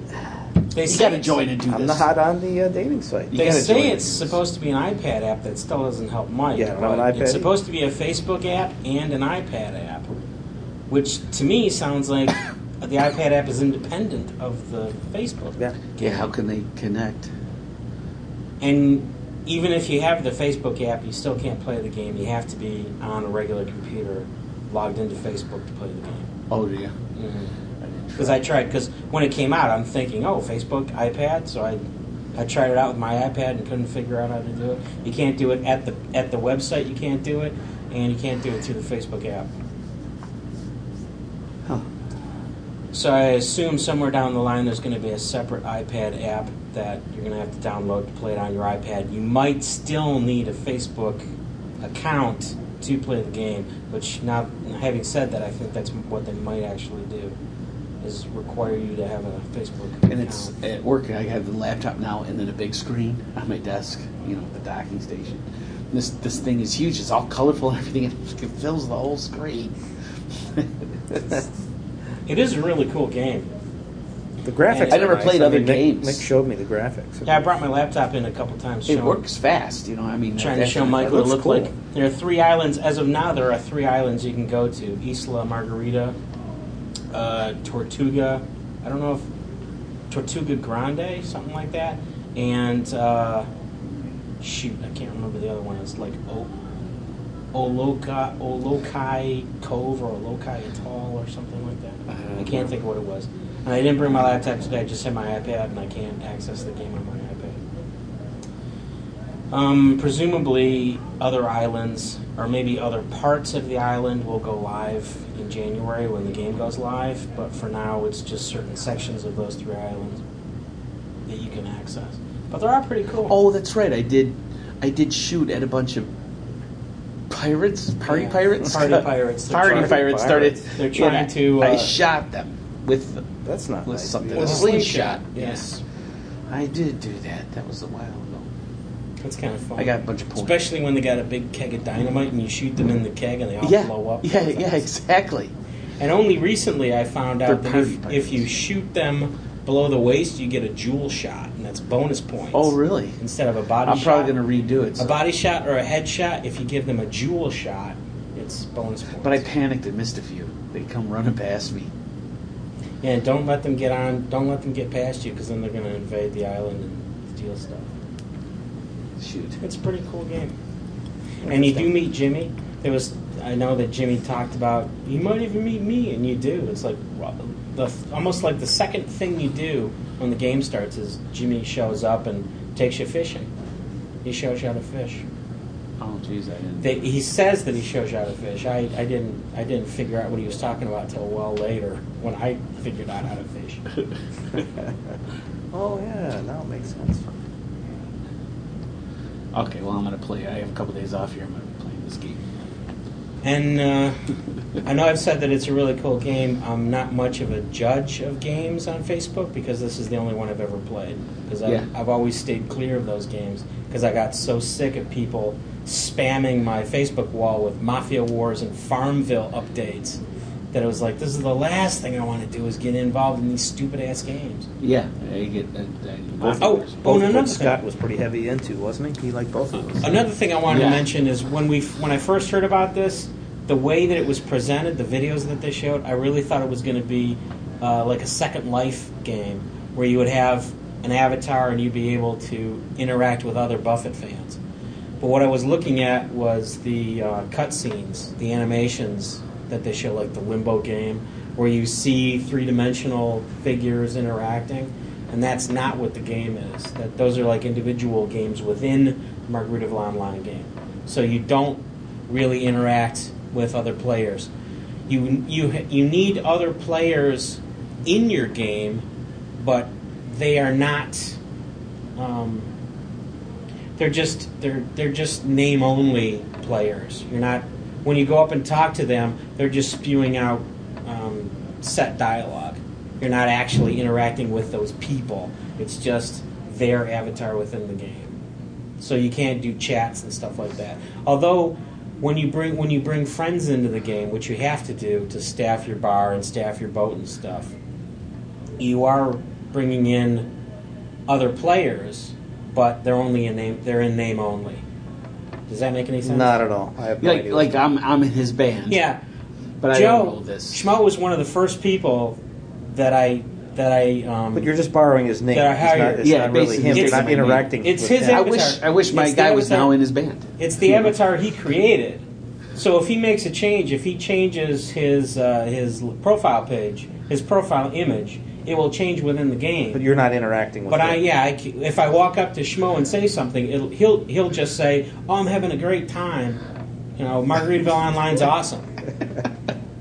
[SPEAKER 1] They
[SPEAKER 3] you
[SPEAKER 1] say
[SPEAKER 3] got to
[SPEAKER 1] it's-
[SPEAKER 3] join and do
[SPEAKER 2] I'm
[SPEAKER 3] this.
[SPEAKER 2] not hot on the uh, dating site.
[SPEAKER 3] You
[SPEAKER 1] They
[SPEAKER 3] gotta
[SPEAKER 1] say
[SPEAKER 3] join
[SPEAKER 1] it's
[SPEAKER 3] it.
[SPEAKER 1] supposed to be an iPad app. That still doesn't help Mike.
[SPEAKER 2] Yeah, not an
[SPEAKER 1] but It's
[SPEAKER 2] iPad.
[SPEAKER 1] supposed to be a Facebook app and an iPad app, which to me sounds like the iPad app is independent of the Facebook.
[SPEAKER 2] Yeah.
[SPEAKER 3] Yeah, how can they connect?
[SPEAKER 1] And even if you have the Facebook app, you still can't play the game. You have to be on a regular computer, logged into Facebook to play the game.
[SPEAKER 3] Oh, yeah.
[SPEAKER 1] Because I tried. Because when it came out, I'm thinking, oh, Facebook, iPad. So I, I tried it out with my iPad and couldn't figure out how to do it. You can't do it at the at the website. You can't do it, and you can't do it through the Facebook app.
[SPEAKER 3] Huh.
[SPEAKER 1] So I assume somewhere down the line there's going to be a separate iPad app that you're going to have to download to play it on your iPad. You might still need a Facebook account to play the game, which now having said that, I think that's what they might actually do is require you to have a Facebook account.
[SPEAKER 3] And it's at work. I have the laptop now, and then a big screen on my desk. You know, the docking station. This this thing is huge. It's all colorful and everything. and It fills the whole screen.
[SPEAKER 1] It is a really cool game.
[SPEAKER 2] The graphics.
[SPEAKER 1] I
[SPEAKER 2] are
[SPEAKER 3] never
[SPEAKER 2] nice.
[SPEAKER 3] played
[SPEAKER 2] I
[SPEAKER 3] other
[SPEAKER 2] mean, Mick-
[SPEAKER 3] games.
[SPEAKER 2] Mick, showed me the graphics.
[SPEAKER 1] Yeah, I brought my laptop in a couple times.
[SPEAKER 3] it
[SPEAKER 1] showing-
[SPEAKER 3] works fast. You know, I mean,
[SPEAKER 1] Trying to
[SPEAKER 3] that's-
[SPEAKER 1] show Mike
[SPEAKER 2] it
[SPEAKER 1] what it
[SPEAKER 2] looks
[SPEAKER 1] looked
[SPEAKER 2] cool.
[SPEAKER 1] like. There are three islands. As of now, there are three islands you can go to: Isla Margarita, uh, Tortuga. I don't know if Tortuga Grande, something like that, and uh, shoot, I can't remember the other one. It's like O Oloka Olokai Cove or Olokai Atoll or something like that. I can't think of what it was. And I didn't bring my laptop today. I just had my iPad, and I can't access the game on my iPad. Um, presumably, other islands or maybe other parts of the island will go live in January when the game goes live. But for now, it's just certain sections of those three islands that you can access. But they're all pretty cool.
[SPEAKER 3] Oh, that's right. I did. I did shoot at a bunch of pirates, party
[SPEAKER 1] Yeah.
[SPEAKER 3] pirates,
[SPEAKER 1] Party pirates. They're
[SPEAKER 3] party
[SPEAKER 1] trying-
[SPEAKER 3] pirates started.
[SPEAKER 1] They're trying
[SPEAKER 3] and I-
[SPEAKER 1] to, uh,
[SPEAKER 3] I shot them with
[SPEAKER 2] That's not
[SPEAKER 3] with
[SPEAKER 2] nice.
[SPEAKER 3] something.
[SPEAKER 2] either.
[SPEAKER 3] a
[SPEAKER 1] With
[SPEAKER 3] slingshot.
[SPEAKER 1] Yes.
[SPEAKER 3] I did do that. That was a while ago.
[SPEAKER 1] That's kind of fun.
[SPEAKER 3] I got a bunch of points.
[SPEAKER 1] Especially when they got a big keg of dynamite and you shoot them in the keg and they all
[SPEAKER 3] yeah,
[SPEAKER 1] blow up.
[SPEAKER 3] yeah, yeah, exactly.
[SPEAKER 1] And only recently I found out
[SPEAKER 3] They're
[SPEAKER 1] that if,
[SPEAKER 3] party
[SPEAKER 1] if you shoot them below the waist, you get a jewel shot, and that's bonus points.
[SPEAKER 3] Oh, really?
[SPEAKER 1] Instead of a body
[SPEAKER 3] I'm
[SPEAKER 1] shot.
[SPEAKER 3] probably gonna redo it. so-
[SPEAKER 1] A body shot or a head shot, if you give them a jewel shot, it's bonus points.
[SPEAKER 3] But I panicked and missed a few. They come running past me.
[SPEAKER 1] and don't let them get on. Don't let them get past you, because then they're going to invade the island and steal stuff.
[SPEAKER 3] Shoot.
[SPEAKER 1] It's a pretty cool game. And you do meet Jimmy. There was I know that Jimmy talked about you might even meet me, and you do. It's like well, the almost like the second thing you do when the game starts is Jimmy shows up and takes you fishing. He shows you how to fish.
[SPEAKER 3] Oh, jeez, I didn't.
[SPEAKER 1] They, he says that he shows you how to fish. I, I didn't I didn't figure out what he was talking about till well later when I figured out how to fish.
[SPEAKER 2] Oh yeah, now it makes sense.
[SPEAKER 3] okay, well, I'm gonna play. I have a couple days off here. I'm gonna be playing this game.
[SPEAKER 1] And uh, I know I've said that it's a really cool game. I'm not much of a judge of games on Facebook because this is the only one I've ever played. Because I've,
[SPEAKER 3] Yeah.
[SPEAKER 1] I've always stayed clear of those games because I got so sick of people spamming my Facebook wall with Mafia Wars and Farmville updates that it was like, this is the last thing I want to do is get involved in these stupid ass games.
[SPEAKER 3] Yeah, I get. I, I,
[SPEAKER 1] Both- Oh,
[SPEAKER 2] Both
[SPEAKER 1] no,
[SPEAKER 2] of
[SPEAKER 1] no,
[SPEAKER 2] which
[SPEAKER 1] no.
[SPEAKER 2] Scott was pretty heavy into, wasn't he? He liked both of those.
[SPEAKER 1] Another thing I wanted
[SPEAKER 3] Yeah.
[SPEAKER 1] to mention is when we when I first heard about this, the way that it was presented, the videos that they showed, I really thought it was going to be uh, like a Second Life game where you would have an avatar and you'd be able to interact with other Buffett fans. But what I was looking at was the uh, cutscenes, the animations that they show, like the Limbo game, where you see three dimensional figures interacting, and that's not what the game is. That those are like individual games within Margaritaville Online game. So you don't really interact with other players. You you you need other players in your game, but they are not. Um, they're just they're they're just name only players. You're not when you go up and talk to them, they're just spewing out um, set dialogue. You're not actually interacting with those people. It's just their avatar within the game. So you can't do chats and stuff like that. Although when you bring when you bring friends into the game, which you have to do to staff your bar and staff your boat and stuff, you are bringing in other players, but they're only in name. They're in name only. Does that make any sense?
[SPEAKER 2] Not at all. I have no
[SPEAKER 3] like,
[SPEAKER 2] idea.
[SPEAKER 3] like I'm, I'm in his band.
[SPEAKER 1] Yeah,
[SPEAKER 3] but I
[SPEAKER 1] Joe
[SPEAKER 3] don't know this.
[SPEAKER 1] Schmo was one of the first people that I that I. Um,
[SPEAKER 2] but you're just borrowing his name.
[SPEAKER 1] That I
[SPEAKER 2] It's
[SPEAKER 1] hired.
[SPEAKER 2] not, it's
[SPEAKER 3] Yeah,
[SPEAKER 2] not really
[SPEAKER 3] basically
[SPEAKER 2] him. You're
[SPEAKER 1] it's
[SPEAKER 2] not
[SPEAKER 1] my name.
[SPEAKER 2] interacting.
[SPEAKER 1] It's
[SPEAKER 2] with
[SPEAKER 1] his
[SPEAKER 2] him.
[SPEAKER 3] I
[SPEAKER 1] avatar.
[SPEAKER 3] wish, I wish my
[SPEAKER 1] It's the
[SPEAKER 3] guy was
[SPEAKER 1] avatar.
[SPEAKER 3] now in his band.
[SPEAKER 1] It's the avatar he created. So if he makes a change, if he changes his uh, his profile page, his profile image, it will change within the game.
[SPEAKER 2] But you're not interacting with
[SPEAKER 1] But I,
[SPEAKER 2] him.
[SPEAKER 1] yeah, I c if I walk up to Schmo and say something, it'll, he'll he'll just say, "Oh, I'm having a great time." You know, Margaritaville Online's awesome.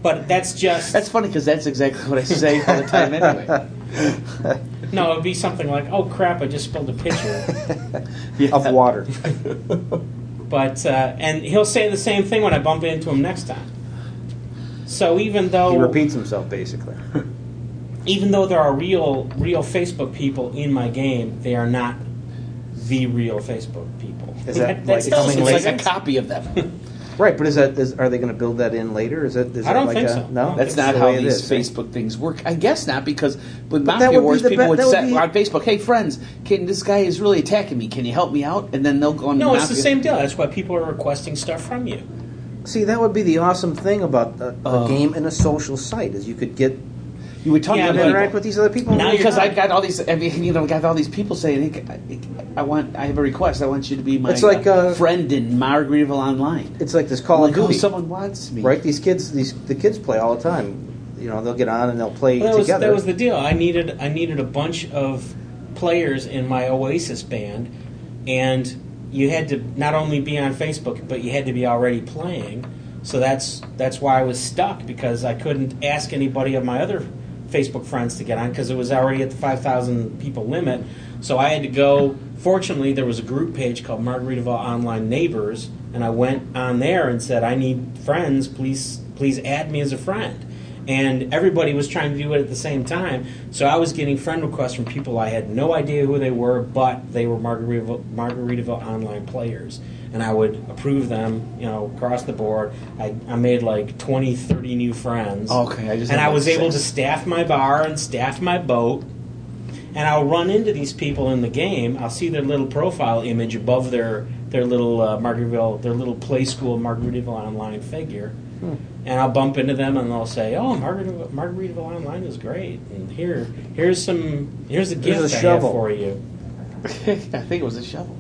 [SPEAKER 1] But that's just
[SPEAKER 3] That's funny because that's exactly what I say all the time anyway.
[SPEAKER 1] no. It'd be something like, "Oh crap, I just spilled a pitcher."
[SPEAKER 3] Yeah.
[SPEAKER 2] Of water.
[SPEAKER 1] but uh, and he'll say the same thing when I bump into him next time. So even though
[SPEAKER 2] He repeats himself, basically.
[SPEAKER 1] even though there are real real Facebook people in my game, they are not the real Facebook people.
[SPEAKER 2] Is that like
[SPEAKER 1] still
[SPEAKER 3] It's
[SPEAKER 2] coming
[SPEAKER 1] doesn't make
[SPEAKER 2] later?
[SPEAKER 3] like a
[SPEAKER 1] sense.
[SPEAKER 3] copy of them.
[SPEAKER 2] Right, but is that is, are they going to build that in later? Is that is that
[SPEAKER 1] I don't
[SPEAKER 2] like
[SPEAKER 1] think
[SPEAKER 2] a,
[SPEAKER 1] so.
[SPEAKER 2] No,
[SPEAKER 3] That's
[SPEAKER 1] It's
[SPEAKER 3] not
[SPEAKER 2] the
[SPEAKER 3] how
[SPEAKER 2] way it
[SPEAKER 3] these
[SPEAKER 2] is.
[SPEAKER 3] Facebook things work. I guess not because with
[SPEAKER 2] But that
[SPEAKER 3] Mafia
[SPEAKER 2] would be
[SPEAKER 3] Wars,
[SPEAKER 2] the
[SPEAKER 3] people
[SPEAKER 2] be-
[SPEAKER 3] would
[SPEAKER 2] that would
[SPEAKER 3] say
[SPEAKER 2] be-
[SPEAKER 3] on Facebook, "Hey friends, can this guy is really attacking me? Can you help me out?" And then they'll go on.
[SPEAKER 1] No, it's the
[SPEAKER 3] Mafia-
[SPEAKER 1] same deal. That's why people are requesting stuff from you.
[SPEAKER 2] See, that would be the awesome thing about a, a
[SPEAKER 3] Uh.
[SPEAKER 2] game and a social site is you could get
[SPEAKER 3] You would talk
[SPEAKER 1] Yeah,
[SPEAKER 3] to
[SPEAKER 1] but-
[SPEAKER 3] people.
[SPEAKER 2] interact with these other people.
[SPEAKER 1] Now you're
[SPEAKER 3] because
[SPEAKER 1] not.
[SPEAKER 3] I've got all these, I mean, you know, I've got all these people saying, hey, I, I want, I have a request. I want you to be my
[SPEAKER 2] It's like, uh,
[SPEAKER 3] friend in Margaritaville Online.
[SPEAKER 2] it's like this Call
[SPEAKER 3] like,
[SPEAKER 2] of
[SPEAKER 3] oh,
[SPEAKER 2] Duty,
[SPEAKER 3] someone wants me.
[SPEAKER 2] right? These kids, these the kids play all the time. You know, they'll get on and they'll play
[SPEAKER 1] Well, that, was,
[SPEAKER 2] together.
[SPEAKER 1] that was the deal. I needed I needed a bunch of players in my Oasis band, and you had to not only be on Facebook, but you had to be already playing. So that's that's why I was stuck because I couldn't ask anybody of my other Facebook friends to get on because it was already at the five thousand people limit. So I had to go. Fortunately, there was a group page called Margaritaville Online Neighbors, and I went on there and said, "I need friends. Please, please add me as a friend." and everybody was trying to do it at the same time. So I was getting friend requests from people I had no idea who they were, but they were Margaritaville, Margaritaville online players. And I would approve them, you know, across the board. I, I made like 20, 30 new friends.
[SPEAKER 3] Okay, I just
[SPEAKER 1] and
[SPEAKER 3] have
[SPEAKER 1] I
[SPEAKER 3] like
[SPEAKER 1] was able
[SPEAKER 3] six.
[SPEAKER 1] to staff my bar and staff my boat. And I'll run into these people in the game. I'll see their little profile image above their their little uh, Margaritaville, their little play school Margaritaville online figure.
[SPEAKER 2] Hmm.
[SPEAKER 1] And I'll bump into them, and they'll say, "Oh, Margaritaville, Margaritaville online is great. And here, here's some, here's a gift
[SPEAKER 2] a
[SPEAKER 1] I have
[SPEAKER 2] shovel."
[SPEAKER 1] for you."
[SPEAKER 3] I think it was a shovel.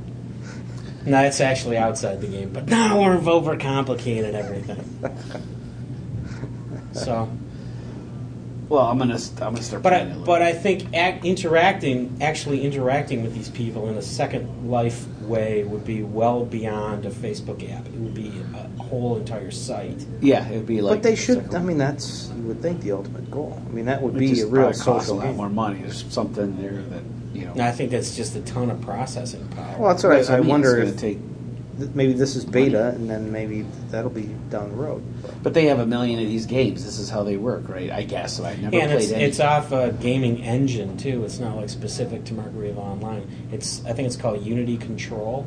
[SPEAKER 1] And that's actually outside the game, but now we're overcomplicated everything. so.
[SPEAKER 3] Well, I'm gonna st- I'm gonna start.
[SPEAKER 1] But I,
[SPEAKER 3] playing it a
[SPEAKER 1] but
[SPEAKER 3] little.
[SPEAKER 1] I think act, interacting, actually interacting with these people in a second life way would be well beyond a Facebook app. It would be a whole entire site.
[SPEAKER 3] yeah, it'd be like.
[SPEAKER 2] but they should. I mean, that's you would think the ultimate goal. I mean, that would
[SPEAKER 3] It
[SPEAKER 2] be
[SPEAKER 3] just
[SPEAKER 2] a real
[SPEAKER 3] probably costs a
[SPEAKER 2] social
[SPEAKER 3] lot
[SPEAKER 2] game.
[SPEAKER 3] more money. There's something there that you know.
[SPEAKER 1] And I think that's just a ton of processing power.
[SPEAKER 2] Well, that's what I, I
[SPEAKER 3] mean, it's
[SPEAKER 2] wonder
[SPEAKER 3] gonna
[SPEAKER 2] if
[SPEAKER 3] take-
[SPEAKER 2] th- maybe this is beta, and then maybe that'll be down the road.
[SPEAKER 3] But they have a million of these games. This is how they work, right? I guess. So I never
[SPEAKER 1] and
[SPEAKER 3] played
[SPEAKER 1] it's,
[SPEAKER 3] any.
[SPEAKER 1] it's off a gaming engine too. It's not like specific to Margaritaville Online. It's I think it's called Unity Control,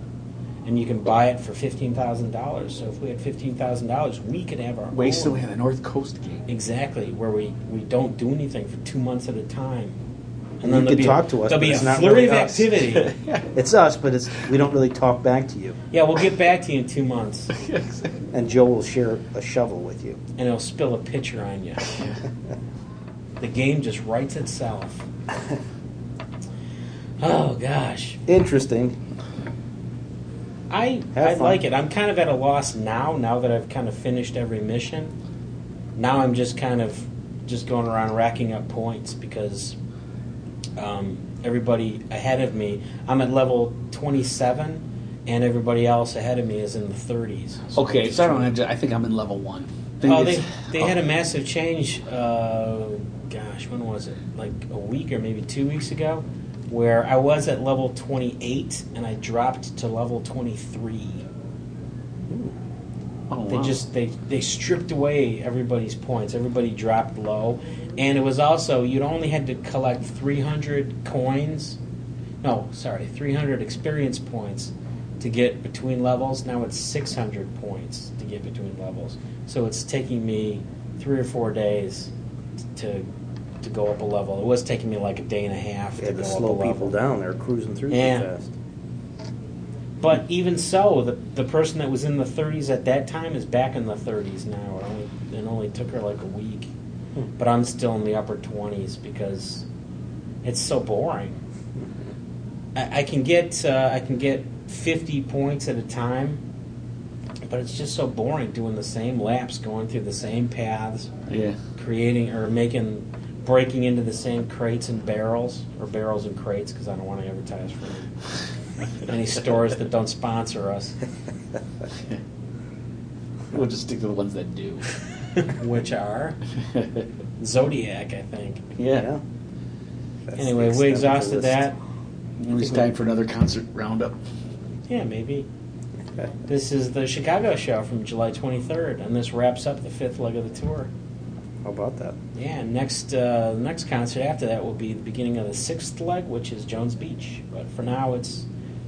[SPEAKER 1] and you can buy it for fifteen thousand dollars. So if we had fifteen thousand dollars, we could have our
[SPEAKER 3] Waste
[SPEAKER 1] own.
[SPEAKER 3] away the North Coast game.
[SPEAKER 1] Exactly, where we, we don't do anything for two months at a time.
[SPEAKER 2] You
[SPEAKER 1] And then
[SPEAKER 2] can
[SPEAKER 1] there'll be
[SPEAKER 2] talk
[SPEAKER 1] a,
[SPEAKER 2] to us, but
[SPEAKER 1] There'll be
[SPEAKER 2] it's
[SPEAKER 1] a
[SPEAKER 2] not
[SPEAKER 1] flurry
[SPEAKER 2] really
[SPEAKER 1] of
[SPEAKER 2] us.
[SPEAKER 1] activity.
[SPEAKER 2] It's us, but it's we don't really talk back to you.
[SPEAKER 1] yeah, we'll get back to you in two months,
[SPEAKER 2] And Joe will share a shovel with you.
[SPEAKER 1] and it'll spill a pitcher on you. the game just writes itself. Oh gosh,
[SPEAKER 2] Interesting.
[SPEAKER 1] I
[SPEAKER 2] Have
[SPEAKER 1] I
[SPEAKER 2] fun.
[SPEAKER 1] like it. I'm kind of at a loss now. Now that I've kind of finished every mission, now I'm just kind of just going around racking up points because um, everybody ahead of me. I'm at level 27, and everybody else ahead of me is in the 30s. So I'm
[SPEAKER 3] Okay,
[SPEAKER 1] just
[SPEAKER 3] so I don't.
[SPEAKER 1] trying-
[SPEAKER 3] have to- I think I'm in level one. I think
[SPEAKER 1] Oh, they
[SPEAKER 3] it's-
[SPEAKER 1] they had a massive change. Uh, gosh, when was it? Like a week or maybe two weeks ago, where I was at level 28 and I dropped to level 23.
[SPEAKER 3] Oh,
[SPEAKER 1] They
[SPEAKER 3] wow.
[SPEAKER 1] just they they stripped away everybody's points. Everybody dropped low, and it was also you'd only had to collect 300 coins. No, sorry, 300 experience points to get between levels. Now it's 600 points to get between levels. So it's taking me three or four days to to go up a level. It was taking me like a day and a half
[SPEAKER 2] They had
[SPEAKER 1] to go
[SPEAKER 2] to
[SPEAKER 1] up a
[SPEAKER 2] slow
[SPEAKER 1] level.
[SPEAKER 2] people down. They're cruising through
[SPEAKER 1] Yeah.
[SPEAKER 2] too fast.
[SPEAKER 1] But even so, the, the person that was in the 30s at that time is back in the 30s now. It only, it only took her like a week. But I'm still in the upper 20s because it's so boring. I, I can get uh, I can get 50 points at a time, but it's just so boring doing the same laps, going through the same paths,
[SPEAKER 3] yeah.
[SPEAKER 1] creating or making breaking into the same crates and barrels or barrels and crates because I don't want to advertise for any stores that don't sponsor us,
[SPEAKER 3] We'll just stick to the ones that do.
[SPEAKER 1] which are Zodiac, I think.
[SPEAKER 3] yeah.
[SPEAKER 2] That's the
[SPEAKER 1] anyway,
[SPEAKER 2] extent
[SPEAKER 1] we
[SPEAKER 2] of the
[SPEAKER 1] exhausted
[SPEAKER 2] list.
[SPEAKER 1] that.
[SPEAKER 3] It's time for another concert roundup.
[SPEAKER 1] Yeah, maybe. This is the Chicago show from July 23rd, and this wraps up the fifth leg of the tour.
[SPEAKER 2] How about that?
[SPEAKER 1] Yeah, next uh, next concert after that will be the beginning of the sixth leg, which is Jones Beach. But for now, it's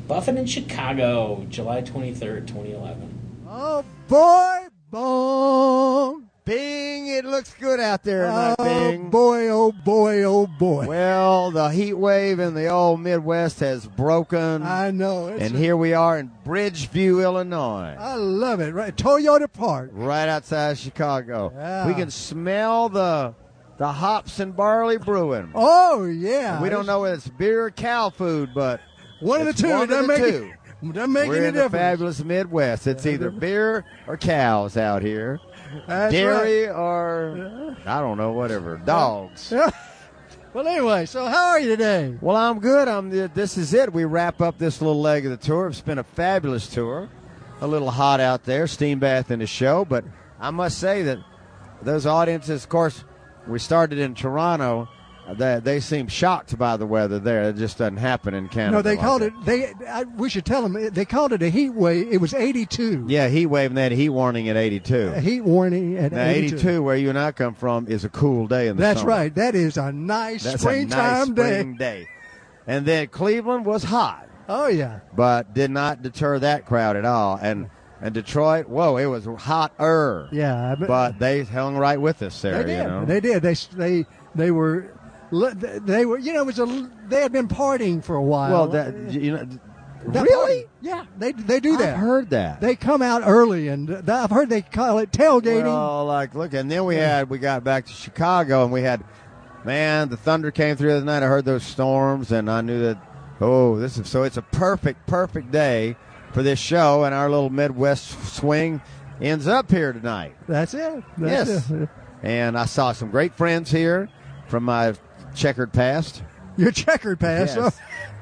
[SPEAKER 1] Buffett in Chicago, July twenty third, twenty eleven.
[SPEAKER 6] Oh boy, boom!
[SPEAKER 5] Bing, it looks good out there
[SPEAKER 6] Oh
[SPEAKER 5] tonight, Bing.
[SPEAKER 6] boy, oh boy, oh boy.
[SPEAKER 5] Well, the heat wave in the old Midwest has broken,
[SPEAKER 6] I know. It's
[SPEAKER 5] and
[SPEAKER 6] a-
[SPEAKER 5] here we are in Bridgeview, Illinois,
[SPEAKER 6] I love it. Right, Toyota Park.
[SPEAKER 5] right outside Chicago.
[SPEAKER 6] Yeah.
[SPEAKER 5] We can smell the the hops and barley brewing.
[SPEAKER 6] Oh yeah.
[SPEAKER 5] we don't
[SPEAKER 6] It's
[SPEAKER 5] know whether it's beer or cow food, but
[SPEAKER 6] One of the
[SPEAKER 5] it's
[SPEAKER 6] two.
[SPEAKER 5] one
[SPEAKER 6] It
[SPEAKER 5] of
[SPEAKER 6] doesn't
[SPEAKER 5] the
[SPEAKER 6] make
[SPEAKER 5] two.
[SPEAKER 6] It, doesn't make
[SPEAKER 5] we're
[SPEAKER 6] any
[SPEAKER 5] in the
[SPEAKER 6] difference.
[SPEAKER 5] fabulous Midwest. It's either beer or cows out here,
[SPEAKER 6] That's
[SPEAKER 5] dairy or I don't know, whatever, dogs.
[SPEAKER 6] right. well, anyway, so how are you today?
[SPEAKER 5] Well, I'm good. I'm this is it. We wrap up this little leg of the tour. It's been a fabulous tour. A little hot out there, steam bath in the show, but I must say that those audiences, of course, we started in Toronto uh, They, they seem shocked by the weather there. It just doesn't happen in Canada.
[SPEAKER 6] No, they
[SPEAKER 5] like
[SPEAKER 6] called
[SPEAKER 5] that.
[SPEAKER 6] it. They I, we should tell them they called it a heat wave. It was 82.
[SPEAKER 5] Yeah, heat wave and that heat warning at 82.
[SPEAKER 6] A heat warning at
[SPEAKER 5] Now, 82. where you and I come from, is a cool day in the
[SPEAKER 6] That's
[SPEAKER 5] summer.
[SPEAKER 6] right. That is a nice
[SPEAKER 5] That's a nice
[SPEAKER 6] springtime
[SPEAKER 5] spring
[SPEAKER 6] day.
[SPEAKER 5] day. And then Cleveland was hot,
[SPEAKER 6] Oh yeah.
[SPEAKER 5] but did not deter that crowd at all. And and Detroit, whoa, it was hotter.
[SPEAKER 6] Yeah, but-
[SPEAKER 5] but, they hung right with us there.
[SPEAKER 6] They did.
[SPEAKER 5] You know?
[SPEAKER 6] They did. They they they were li- they were you know it was a they had been partying for a while.
[SPEAKER 5] Uh, Well, that you know,
[SPEAKER 6] That
[SPEAKER 5] really,
[SPEAKER 6] party- yeah, they they do that.
[SPEAKER 5] I've heard that.
[SPEAKER 6] They come out early, and th- I've heard they call it tailgating.
[SPEAKER 5] Well, like look, and then we had we got back to Chicago, and we had man, the thunder came through the other night. I heard those storms, and I knew that oh, this is so it's a perfect, perfect day for this show, and our little Midwest swing ends up here tonight.
[SPEAKER 6] That's it. That's
[SPEAKER 5] yes,
[SPEAKER 6] it.
[SPEAKER 5] and I saw some great friends here from my checkered past.
[SPEAKER 6] Your checkered pass.
[SPEAKER 5] Yes.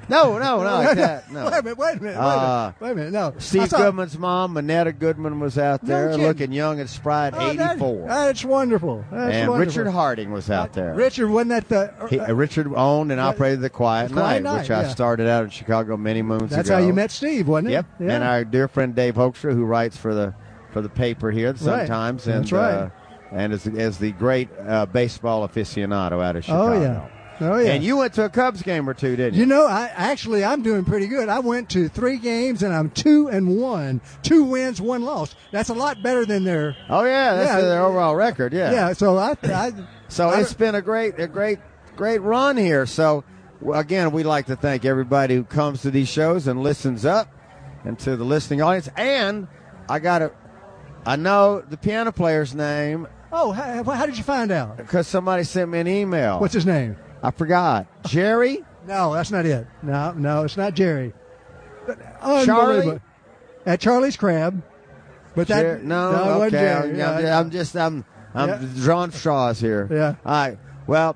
[SPEAKER 5] No, no, no, like that. No.
[SPEAKER 6] Wait a minute. Wait a minute. Wait a minute.
[SPEAKER 5] Uh,
[SPEAKER 6] wait a minute. No. I
[SPEAKER 5] Steve
[SPEAKER 6] saw-
[SPEAKER 5] Goodman's mom, Manetta Goodman, was out
[SPEAKER 6] No
[SPEAKER 5] there
[SPEAKER 6] kidding.
[SPEAKER 5] looking young and spry at
[SPEAKER 6] Oh, that-
[SPEAKER 5] 84.
[SPEAKER 6] that's wonderful. That's
[SPEAKER 5] and
[SPEAKER 6] wonderful.
[SPEAKER 5] Richard Harding was out there.
[SPEAKER 6] Richard wasn't that the?
[SPEAKER 5] He, uh, Richard owned and operated the Quiet, Night,
[SPEAKER 6] Quiet Night,
[SPEAKER 5] which
[SPEAKER 6] yeah.
[SPEAKER 5] I started out in Chicago many moons ago.
[SPEAKER 6] that's how you met Steve, wasn't it?
[SPEAKER 5] Yep.
[SPEAKER 6] Yeah.
[SPEAKER 5] And our dear friend Dave Hoekstra, who writes for the for the paper here sometimes, and
[SPEAKER 6] That's right.
[SPEAKER 5] uh, and is as the great uh, baseball aficionado out of Chicago.
[SPEAKER 6] oh yeah. Oh yeah.
[SPEAKER 5] E And you went to a Cubs game or two, didn't you?
[SPEAKER 6] You know, I actually I'm doing pretty good. I went to three games and I'm two and one, two wins, one loss. That's a lot better than their
[SPEAKER 5] oh yeah, that's
[SPEAKER 6] Yeah.
[SPEAKER 5] their overall record. Yeah.
[SPEAKER 6] yeah. so I, I
[SPEAKER 5] So
[SPEAKER 6] I-
[SPEAKER 5] it's been a great, a great, great run here. So w- again, we'd like to thank everybody who comes to these shows and listens up, and to the listening audience. And I got to, I know the piano player's name
[SPEAKER 6] oh how, how did you find out?
[SPEAKER 5] because somebody sent me an email.
[SPEAKER 6] What's his name?
[SPEAKER 5] I forgot. Jerry,
[SPEAKER 6] No, that's not it. No, no, it's not Jerry.
[SPEAKER 5] Charlie.
[SPEAKER 6] Unbelievable. At Charlie's Crab, but that
[SPEAKER 5] Jer- no,
[SPEAKER 6] it wasn't
[SPEAKER 5] okay.
[SPEAKER 6] Jerry. Uh,
[SPEAKER 5] I'm,
[SPEAKER 6] Yeah,
[SPEAKER 5] I'm-
[SPEAKER 6] yeah.
[SPEAKER 5] I'm just, I'm, I'm
[SPEAKER 6] Yeah.
[SPEAKER 5] drawing straws here.
[SPEAKER 6] Yeah.
[SPEAKER 5] All right. Well,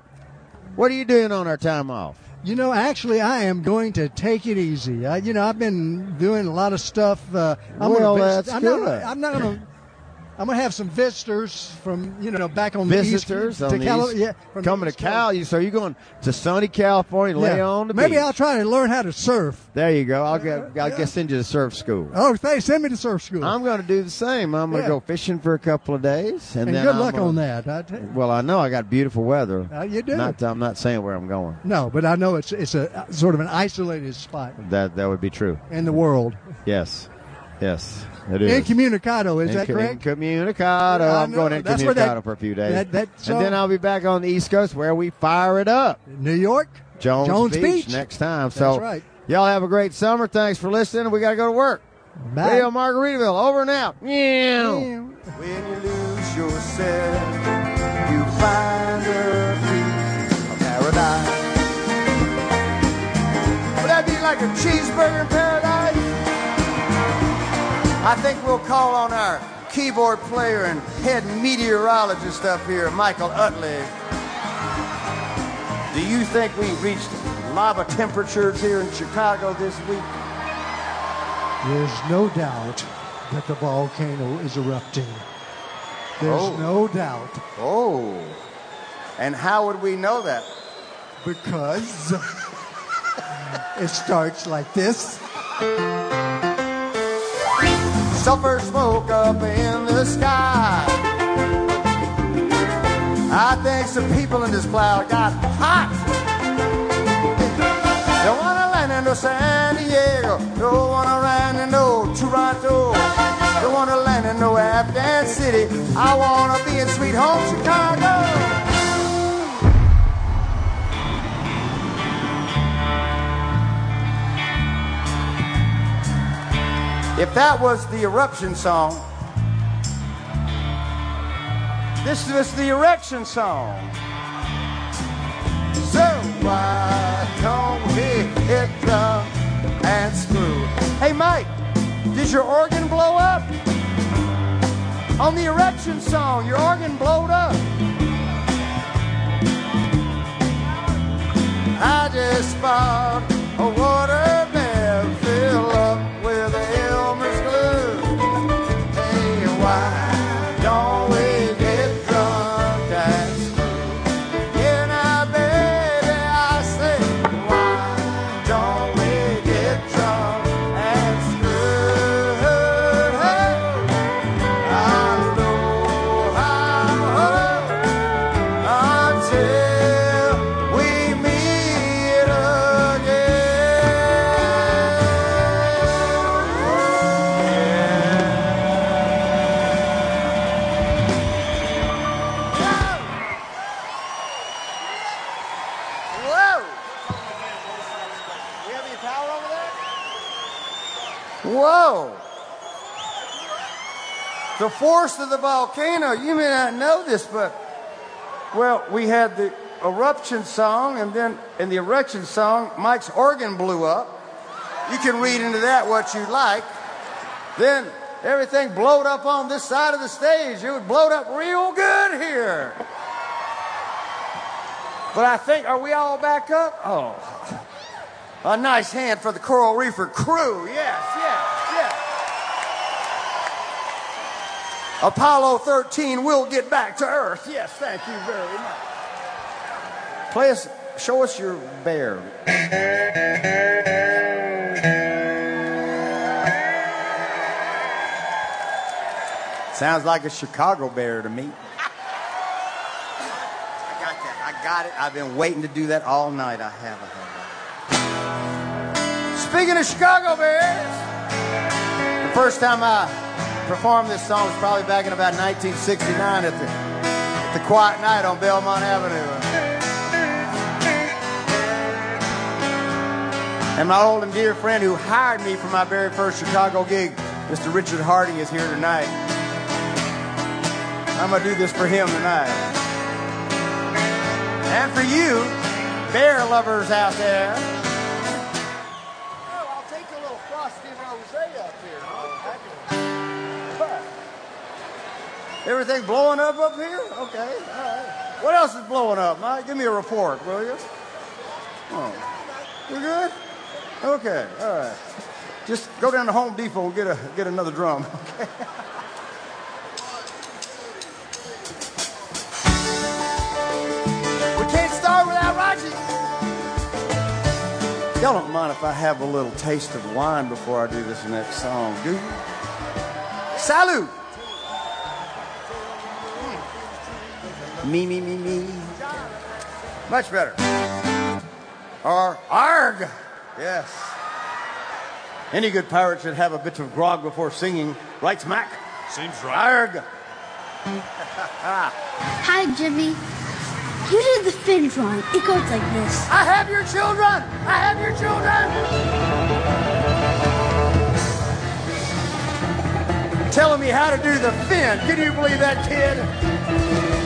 [SPEAKER 5] what are you doing on our time off?
[SPEAKER 6] You know, actually, I am going to take it easy. I, you know, I've been doing a lot of stuff. Uh, I'm
[SPEAKER 5] Well,
[SPEAKER 6] gonna,
[SPEAKER 5] that's
[SPEAKER 6] I'm
[SPEAKER 5] good.
[SPEAKER 6] Not, I'm not going to. I'm going to have some visitors from you know back on
[SPEAKER 5] Visitors
[SPEAKER 6] the
[SPEAKER 5] on
[SPEAKER 6] east, to
[SPEAKER 5] the
[SPEAKER 6] Cali-
[SPEAKER 5] east,
[SPEAKER 6] yeah, from the
[SPEAKER 5] coming
[SPEAKER 6] East
[SPEAKER 5] to Cal. You so you're going to sunny California,
[SPEAKER 6] Coast.
[SPEAKER 5] lay
[SPEAKER 6] Yeah.
[SPEAKER 5] on the
[SPEAKER 6] Maybe
[SPEAKER 5] beach.
[SPEAKER 6] I'll try to learn how to surf.
[SPEAKER 5] There you go. I'll get I'll get send you to surf school.
[SPEAKER 6] Oh, thanks. Send me to surf school.
[SPEAKER 5] I'm going to do the same. I'm going to
[SPEAKER 6] Yeah.
[SPEAKER 5] go fishing for a couple of days, and,
[SPEAKER 6] and
[SPEAKER 5] then
[SPEAKER 6] good
[SPEAKER 5] I'm
[SPEAKER 6] luck
[SPEAKER 5] gonna-
[SPEAKER 6] on that. I t-
[SPEAKER 5] Well, I know I got beautiful weather.
[SPEAKER 6] Uh, you do.
[SPEAKER 5] Not, I'm not saying where I'm going.
[SPEAKER 6] no, but I know it's it's a sort of an isolated spot
[SPEAKER 5] That that would be true.
[SPEAKER 6] in the world.
[SPEAKER 5] Yes, yes, it is.
[SPEAKER 6] Incommunicado, is that
[SPEAKER 5] Inco-
[SPEAKER 6] correct?
[SPEAKER 5] Incommunicado.
[SPEAKER 6] I
[SPEAKER 5] I'm
[SPEAKER 6] know.
[SPEAKER 5] going
[SPEAKER 6] That's where that-
[SPEAKER 5] incommunicado for a few days,
[SPEAKER 6] that- that song-
[SPEAKER 5] and then I'll be back on the East Coast where we fire it up.
[SPEAKER 6] New York,
[SPEAKER 5] Jones,
[SPEAKER 6] Jones Beach.
[SPEAKER 5] next time. So
[SPEAKER 6] That's right.
[SPEAKER 5] y'all have a great summer. Thanks for listening. We got to go to work.
[SPEAKER 6] Bye.
[SPEAKER 5] Radio Margaritaville, over and out. Meow.
[SPEAKER 7] When you lose yourself, you find a feet of paradise. Would that be like a cheeseburger in paradise? I think we'll call on our keyboard player and head meteorologist up here, Michael Utley. Do you think we reached lava temperatures here in Chicago this week?
[SPEAKER 6] There's no doubt that the volcano is erupting. There's
[SPEAKER 7] Oh.
[SPEAKER 6] no doubt
[SPEAKER 7] Oh. And how would we know that?
[SPEAKER 6] because it starts like this.
[SPEAKER 7] sulfur smoke up in the sky. I think some people in this cloud got hot. Don't wanna land in no San Diego. Don't wanna land in no Toronto. Don't wanna land in no Afghan city. I wanna be in sweet home Chicago. If that was the eruption song, this was the erection song. So why don't we hit the and screw? Hey, Mike, did your organ blow up? On the erection song, your organ blowed up. I just bought a water bed filled up with Elmer's glue. Hey, why don't we get drunk and screw in our bed?
[SPEAKER 5] Whoa! The force of the volcano. You may not know this, but well, we had the eruption song, and then in the eruption song, Mike's organ blew up. You can read into that what you like. Then everything blowed up on this side of the stage. It would blowed up real good here. But I think, are we all back up? Oh. A nice hand for the Coral Reefer crew. Yes, yes, yes. Apollo 13 will get back to Earth. Yes, thank you very much. Play us, show us your bear. Sounds like a Chicago bear to me. I got that. I got it. I've been waiting to do that all night. I haven't. Speaking of Chicago Bears, the first time I performed this song was probably back in about 1969 at the, at the Quiet Night on Belmont Avenue. And my old and dear friend who hired me for my very first Chicago gig, Mr. Richard Harding, is here tonight. I'm going to do this for him tonight. And for you, bear lovers out there. Oh, I'll take a little frosty rosé up here. But- Everything blowing up up here? Okay, all right. What else is blowing up, Mike? Give me a report, will you? Oh, we good? Okay, all right. Just go down to Home Depot and get a get another drum. Okay. we can't start without Roger. Y'all don't mind if I have a little taste of wine before I do this next song, do you? Salute! Me, me, me, me. Much better. Or arg! Yes. Any good pirate should have a bit of grog before singing. Right, Mac?
[SPEAKER 11] Seems right.
[SPEAKER 5] Arg!
[SPEAKER 10] Hi, Jimmy. You did the fins wrong. It goes like this.
[SPEAKER 5] I have your children! I have your children! Telling me how to do the fin. Can you believe that, kid?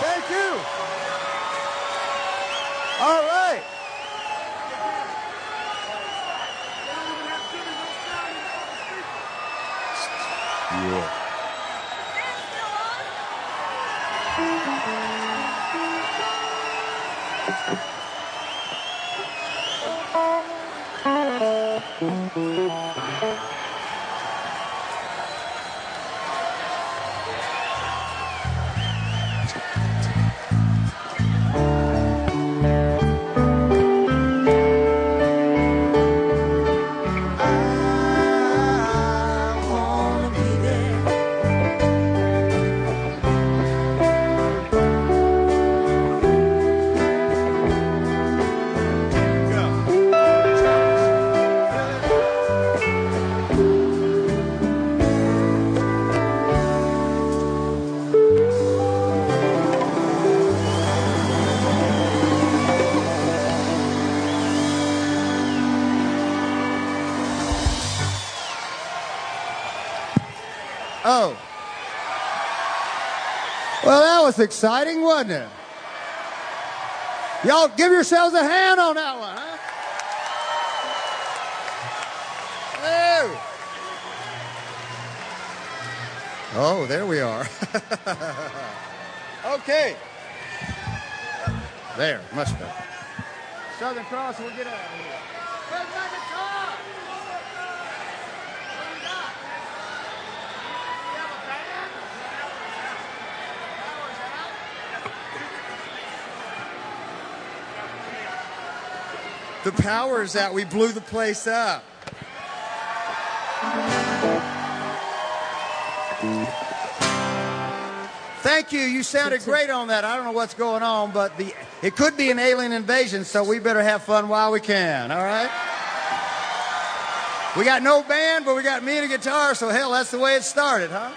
[SPEAKER 5] Thank you. All right. Oh. Well, that was exciting, wasn't it? Y'all give yourselves a hand on that one, huh? Oh. Oh, there we are. okay. There, much better. Southern Cross, we'll get out of here. Where's my guitar? What do you got? You have a band? Power's out? The power's out. We blew the place up. Thank you. You sounded great on that. I don't know what's going on, but the it could be an alien invasion, so we better have fun while we can. All right. We got no band, but we got me and a guitar. So hell, that's the way it started, huh?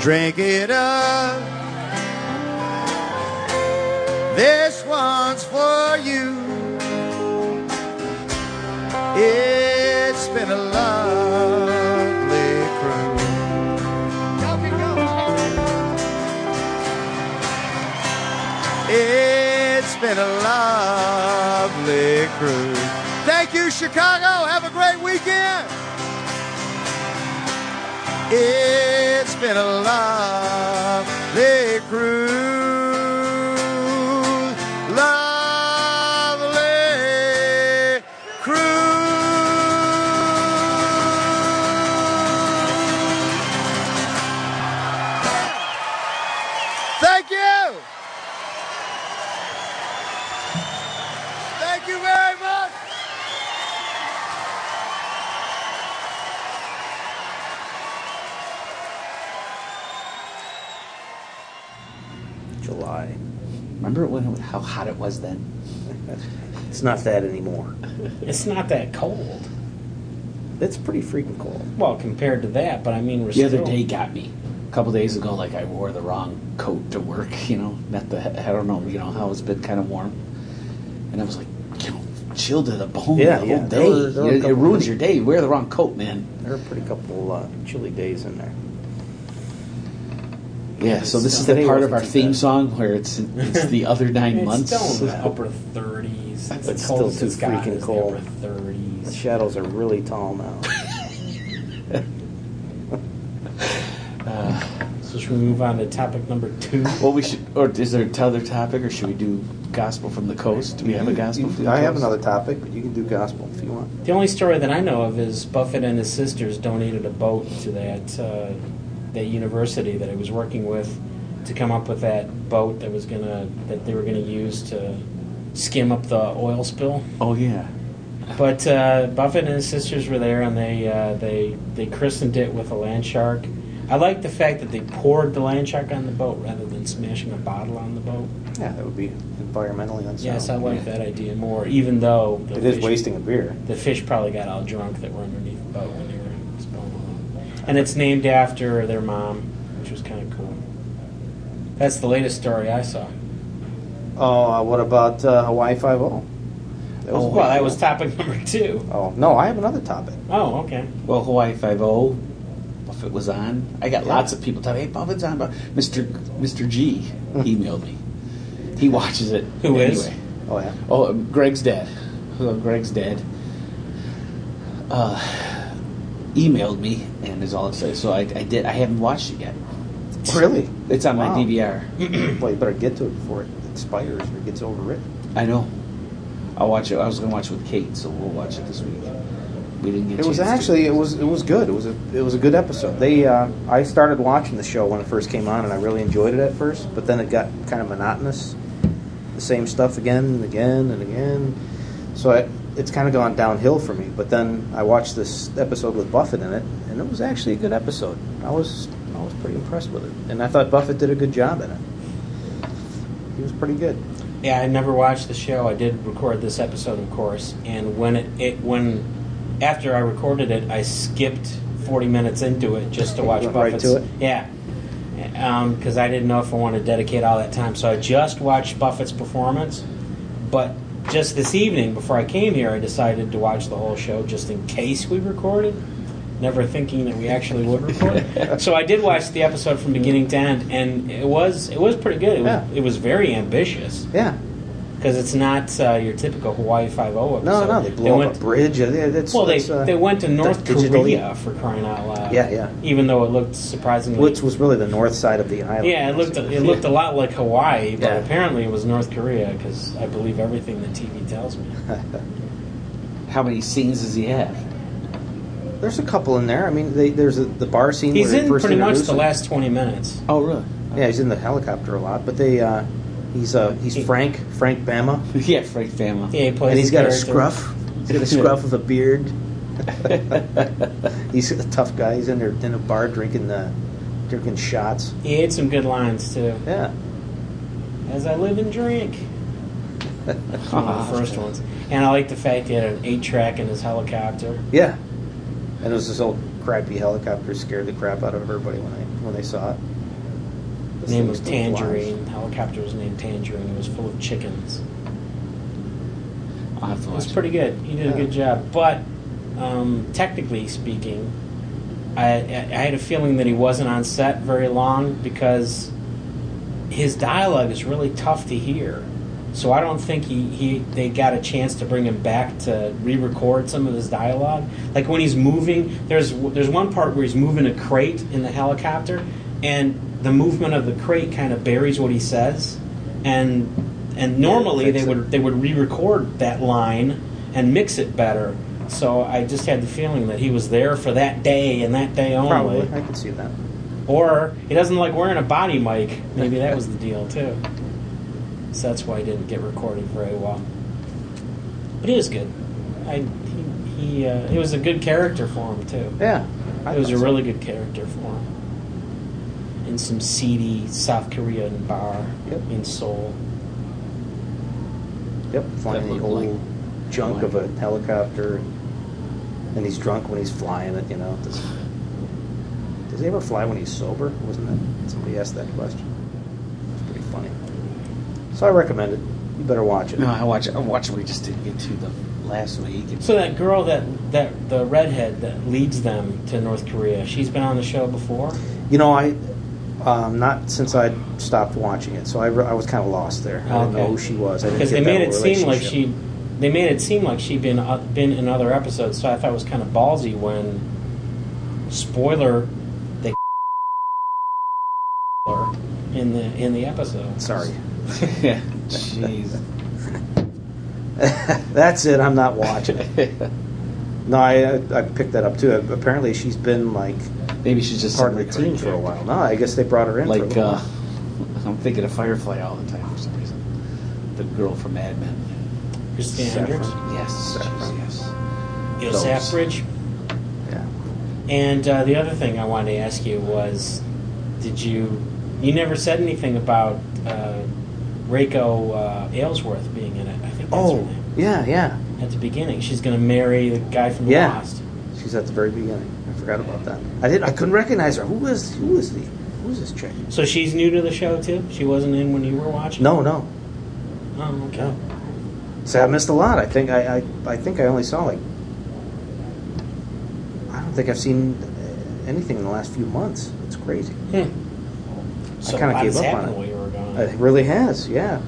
[SPEAKER 5] Drink it up. This one's for you. It's been a lovely cruise. It's been a lovely cruise. Thank you, Chicago. Have a great weekend. It's been a lovely cruise. Lovely cruise. Thank you. Thank you very much.
[SPEAKER 2] July.
[SPEAKER 3] Remember when it, how hot it was then?
[SPEAKER 2] It's not that anymore.
[SPEAKER 1] It's not that cold.
[SPEAKER 2] It's pretty freaking cold.
[SPEAKER 1] Well, compared to that, but I mean, we're
[SPEAKER 3] The other
[SPEAKER 1] still,
[SPEAKER 3] day got me. A couple days ago, like I wore the wrong coat to work. You know, not the I don't know. You know how it's been kind of warm, and I was like, you know, chilled to the bone the
[SPEAKER 2] Yeah,
[SPEAKER 3] whole
[SPEAKER 2] yeah.
[SPEAKER 3] day.
[SPEAKER 2] There were- there were a
[SPEAKER 3] it, it
[SPEAKER 2] couple
[SPEAKER 3] ruins
[SPEAKER 2] of-
[SPEAKER 3] your day. You wear the wrong coat, man.
[SPEAKER 2] There are a pretty couple uh, chilly days in there.
[SPEAKER 3] Yeah. So this is
[SPEAKER 1] Today
[SPEAKER 3] the part of
[SPEAKER 1] wasn't
[SPEAKER 3] our
[SPEAKER 1] too
[SPEAKER 3] theme
[SPEAKER 1] bad.
[SPEAKER 3] song where it's it's the other nine
[SPEAKER 1] It's
[SPEAKER 3] months.
[SPEAKER 1] still in the upper 30s. That's
[SPEAKER 2] It's
[SPEAKER 1] the
[SPEAKER 2] still
[SPEAKER 1] coldest
[SPEAKER 2] too
[SPEAKER 1] it's gotten
[SPEAKER 2] freaking
[SPEAKER 1] is the
[SPEAKER 2] cold.
[SPEAKER 1] upper
[SPEAKER 2] The
[SPEAKER 1] 30s.
[SPEAKER 2] shadows are really tall now.
[SPEAKER 1] So should we move on to topic number two?
[SPEAKER 2] Mm-hmm.
[SPEAKER 3] Well, we should, or is there another topic, or should we do gospel from the coast? Do we have a gospel from the
[SPEAKER 2] I
[SPEAKER 3] coast?
[SPEAKER 2] have another topic, but you can do gospel if you want.
[SPEAKER 1] The only story that I know of is Buffett and his sisters donated a boat to that uh, that university that I was working with to come up with that boat that was gonna that they were gonna use to skim up the oil spill.
[SPEAKER 3] Oh yeah.
[SPEAKER 1] But uh, Buffett and his sisters were there, and they uh, they they christened it with a land shark. I like the fact that they poured the land shark on the boat rather than smashing a bottle on the boat.
[SPEAKER 2] Yeah, that would be environmentally unsound.
[SPEAKER 1] Yes, I like that idea more, even though the
[SPEAKER 2] It is
[SPEAKER 1] fish-
[SPEAKER 2] wasting a beer.
[SPEAKER 1] The fish probably got all drunk that were underneath the boat when they were spilling. And it's named after their mom, which was kind of cool. That's the latest story I saw.
[SPEAKER 2] Oh, uh, what about uh, Hawaii Five O?
[SPEAKER 1] Oh, well, that was topic number two.
[SPEAKER 2] Oh no, I have another topic.
[SPEAKER 1] Oh, okay.
[SPEAKER 3] Well, Hawaii Five O, Buffett was on. I got lots of people telling me, "Hey, Buffett's on." But Mister Mister G emailed me. He watches it.
[SPEAKER 1] Who
[SPEAKER 3] anyway.
[SPEAKER 1] is?
[SPEAKER 2] Oh yeah.
[SPEAKER 3] Oh, um, Greg's dad. Hello, Greg's dad. Uh, emailed me and is all excited. So I, I did. I haven't watched it yet.
[SPEAKER 2] Really?
[SPEAKER 3] It's on
[SPEAKER 2] Wow.
[SPEAKER 3] my DVR.
[SPEAKER 2] Well, you better get to it before it expires or gets overwritten.
[SPEAKER 3] I know. I'll watch it. I was gonna watch it with Kate, so we'll watch it this week. We didn't get.
[SPEAKER 2] It was
[SPEAKER 3] chance to.
[SPEAKER 2] actually it was it was good. It was a it was a good episode. They uh, I started watching the show when it first came on, and I really enjoyed it at first. But then it got kind of monotonous, the same stuff again and again and again. So I, it's kind of gone downhill for me. But then I watched this episode with Buffett in it, and it was actually a good episode. I was I was pretty impressed with it, and I thought Buffett did a good job in it. He was pretty good.
[SPEAKER 1] Yeah, I never watched the show. I did record this episode, of course, and when it, it when after I recorded it, I skipped forty minutes into it just to watch
[SPEAKER 2] Went right
[SPEAKER 1] Buffett's.
[SPEAKER 2] to it?
[SPEAKER 1] Yeah, because I didn't know if I wanted to dedicate all that time. So I just watched Buffett's performance, but just this evening before I came here, I decided to watch the whole show just in case we recorded. Never thinking that we actually would record, so I did watch the episode from beginning to end, and it was it was pretty good. It was,
[SPEAKER 2] Yeah.
[SPEAKER 1] it was very ambitious
[SPEAKER 2] Yeah.
[SPEAKER 1] because it's not uh, your typical Hawaii Five O episode.
[SPEAKER 2] No, no, they blow up
[SPEAKER 1] went
[SPEAKER 2] a bridge. Uh, yeah, That's,
[SPEAKER 1] well, they,
[SPEAKER 2] that's, uh,
[SPEAKER 1] they went to North
[SPEAKER 2] that's digital. e-
[SPEAKER 1] Korea for crying out loud.
[SPEAKER 2] Yeah, yeah.
[SPEAKER 1] Even though it looked surprisingly,
[SPEAKER 2] which was really the north side of the island.
[SPEAKER 1] yeah, it looked it looked a lot like Hawaii, but
[SPEAKER 2] Yeah.
[SPEAKER 1] apparently it was North Korea because I believe everything that TV tells me.
[SPEAKER 3] How many scenes does he have?
[SPEAKER 2] There's a couple in there. I mean, they, there's a, the bar scene.
[SPEAKER 1] He's
[SPEAKER 2] where they
[SPEAKER 1] in
[SPEAKER 2] first
[SPEAKER 1] pretty much
[SPEAKER 2] introduce
[SPEAKER 1] the
[SPEAKER 2] him.
[SPEAKER 1] last twenty minutes.
[SPEAKER 3] Oh, really?
[SPEAKER 2] Yeah, he's in the helicopter a lot, but they. Uh, he's uh, he's Frank Frank Bama,
[SPEAKER 3] Yeah, Frank Bama.
[SPEAKER 1] Yeah, he plays.
[SPEAKER 2] and he's
[SPEAKER 1] the
[SPEAKER 2] got a
[SPEAKER 1] character.
[SPEAKER 2] scruff. He's got a scruff with a beard. he's a tough guy. He's in there in a bar drinking uh, drinking shots.
[SPEAKER 1] He had some good lines too.
[SPEAKER 2] Yeah,
[SPEAKER 1] As I live and drink. That's one of the first ones, and I like the fact he had an eight track in his helicopter.
[SPEAKER 2] yeah. And it was this old crappy helicopter scared the crap out of everybody when I when they saw it. This
[SPEAKER 1] name
[SPEAKER 2] thing
[SPEAKER 1] was
[SPEAKER 2] doing flies.
[SPEAKER 1] Tangerine. Helicopter was named Tangerine. It was full of chickens.
[SPEAKER 3] I'll have to
[SPEAKER 1] It was
[SPEAKER 3] watch.
[SPEAKER 1] pretty good. He did a good job. But um, technically speaking, I, I, I had a feeling that he wasn't on set very long because his dialogue is really tough to hear. So I don't think he, he they got a chance to bring him back to re-record some of his dialogue. Like when he's moving, there's there's one part where he's moving a crate in the helicopter, and the movement of the crate kind of buries what he says, and and normally they
[SPEAKER 2] fix it.
[SPEAKER 1] would they would re-record that line and mix it better. So I just had the feeling that he was there for that day and that day only.
[SPEAKER 2] Probably, I could see that.
[SPEAKER 1] Or he doesn't like wearing a body mic. Maybe that was the deal too. So that's why he didn't get recorded very well. But he was good. I he, he uh, it was a good character for him too.
[SPEAKER 2] Yeah,
[SPEAKER 1] It was a really good character for him. In some seedy South Korean bar
[SPEAKER 2] Yep.
[SPEAKER 1] in Seoul.
[SPEAKER 2] Yep, flying the
[SPEAKER 3] looked
[SPEAKER 2] old
[SPEAKER 3] like-
[SPEAKER 2] junk of a helicopter, and he's drunk when he's flying it. You know, does, does he ever fly when he's sober? Wasn't that somebody asked that question? It's pretty funny. So I recommend it. You better watch it.
[SPEAKER 3] No, I watch. I watched. We just didn't get to the last week. It's
[SPEAKER 1] So that girl that that the redhead that leads them to North Korea, she's been on the show before.
[SPEAKER 2] You know, I um, not since I stopped watching it, so I, re- I was kind of lost there. I didn't know
[SPEAKER 1] Okay.
[SPEAKER 2] who she was. I didn't
[SPEAKER 1] because they
[SPEAKER 2] get that
[SPEAKER 1] made it
[SPEAKER 2] relationship.
[SPEAKER 1] seem like she they made it seem like she'd been uh, been in other episodes so i thought it was kind of ballsy when spoiler they her in the in the episode
[SPEAKER 2] Sorry,
[SPEAKER 3] yeah. Jeez.
[SPEAKER 2] that's it. I'm not watching it. No, I I picked that up too. Apparently, she's been like
[SPEAKER 3] Maybe she's just
[SPEAKER 2] part of
[SPEAKER 3] some
[SPEAKER 2] the
[SPEAKER 3] recurring
[SPEAKER 2] team for a
[SPEAKER 3] character.
[SPEAKER 2] while. No, I guess they brought her in. for a
[SPEAKER 3] Like
[SPEAKER 2] little
[SPEAKER 3] uh,
[SPEAKER 2] while.
[SPEAKER 3] I'm thinking of Firefly all the time for some reason. The girl from Mad Men.
[SPEAKER 1] christina hendricks
[SPEAKER 3] Yes.
[SPEAKER 2] Saffron.
[SPEAKER 3] Jeez, yes.
[SPEAKER 1] Yo,
[SPEAKER 3] Those.
[SPEAKER 1] Bridge.
[SPEAKER 2] yeah.
[SPEAKER 1] and uh, the other thing i wanted to ask you was did you you never said anything about uh, Reiko uh, Aylesworth being in it. I think that's her
[SPEAKER 2] Oh,
[SPEAKER 1] name.
[SPEAKER 2] yeah, yeah.
[SPEAKER 1] At the beginning, she's going to marry the guy from
[SPEAKER 2] Yeah.
[SPEAKER 1] Lost.
[SPEAKER 2] She's at the very beginning. I forgot about that. I did. I couldn't recognize her. Who is? Who is the? Who is this chick?
[SPEAKER 1] So she's new to the show too. She wasn't in when you were watching.
[SPEAKER 2] No, no.
[SPEAKER 1] Oh, okay.
[SPEAKER 2] No. See, I missed a lot. I think I, I, I think I only saw like. I don't think I've seen uh, anything in the last few months. It's crazy.
[SPEAKER 1] Hmm. So
[SPEAKER 2] kinda
[SPEAKER 1] lots
[SPEAKER 2] gave up on
[SPEAKER 1] happened
[SPEAKER 2] it.
[SPEAKER 1] while you were gone.
[SPEAKER 2] It really has. Yeah.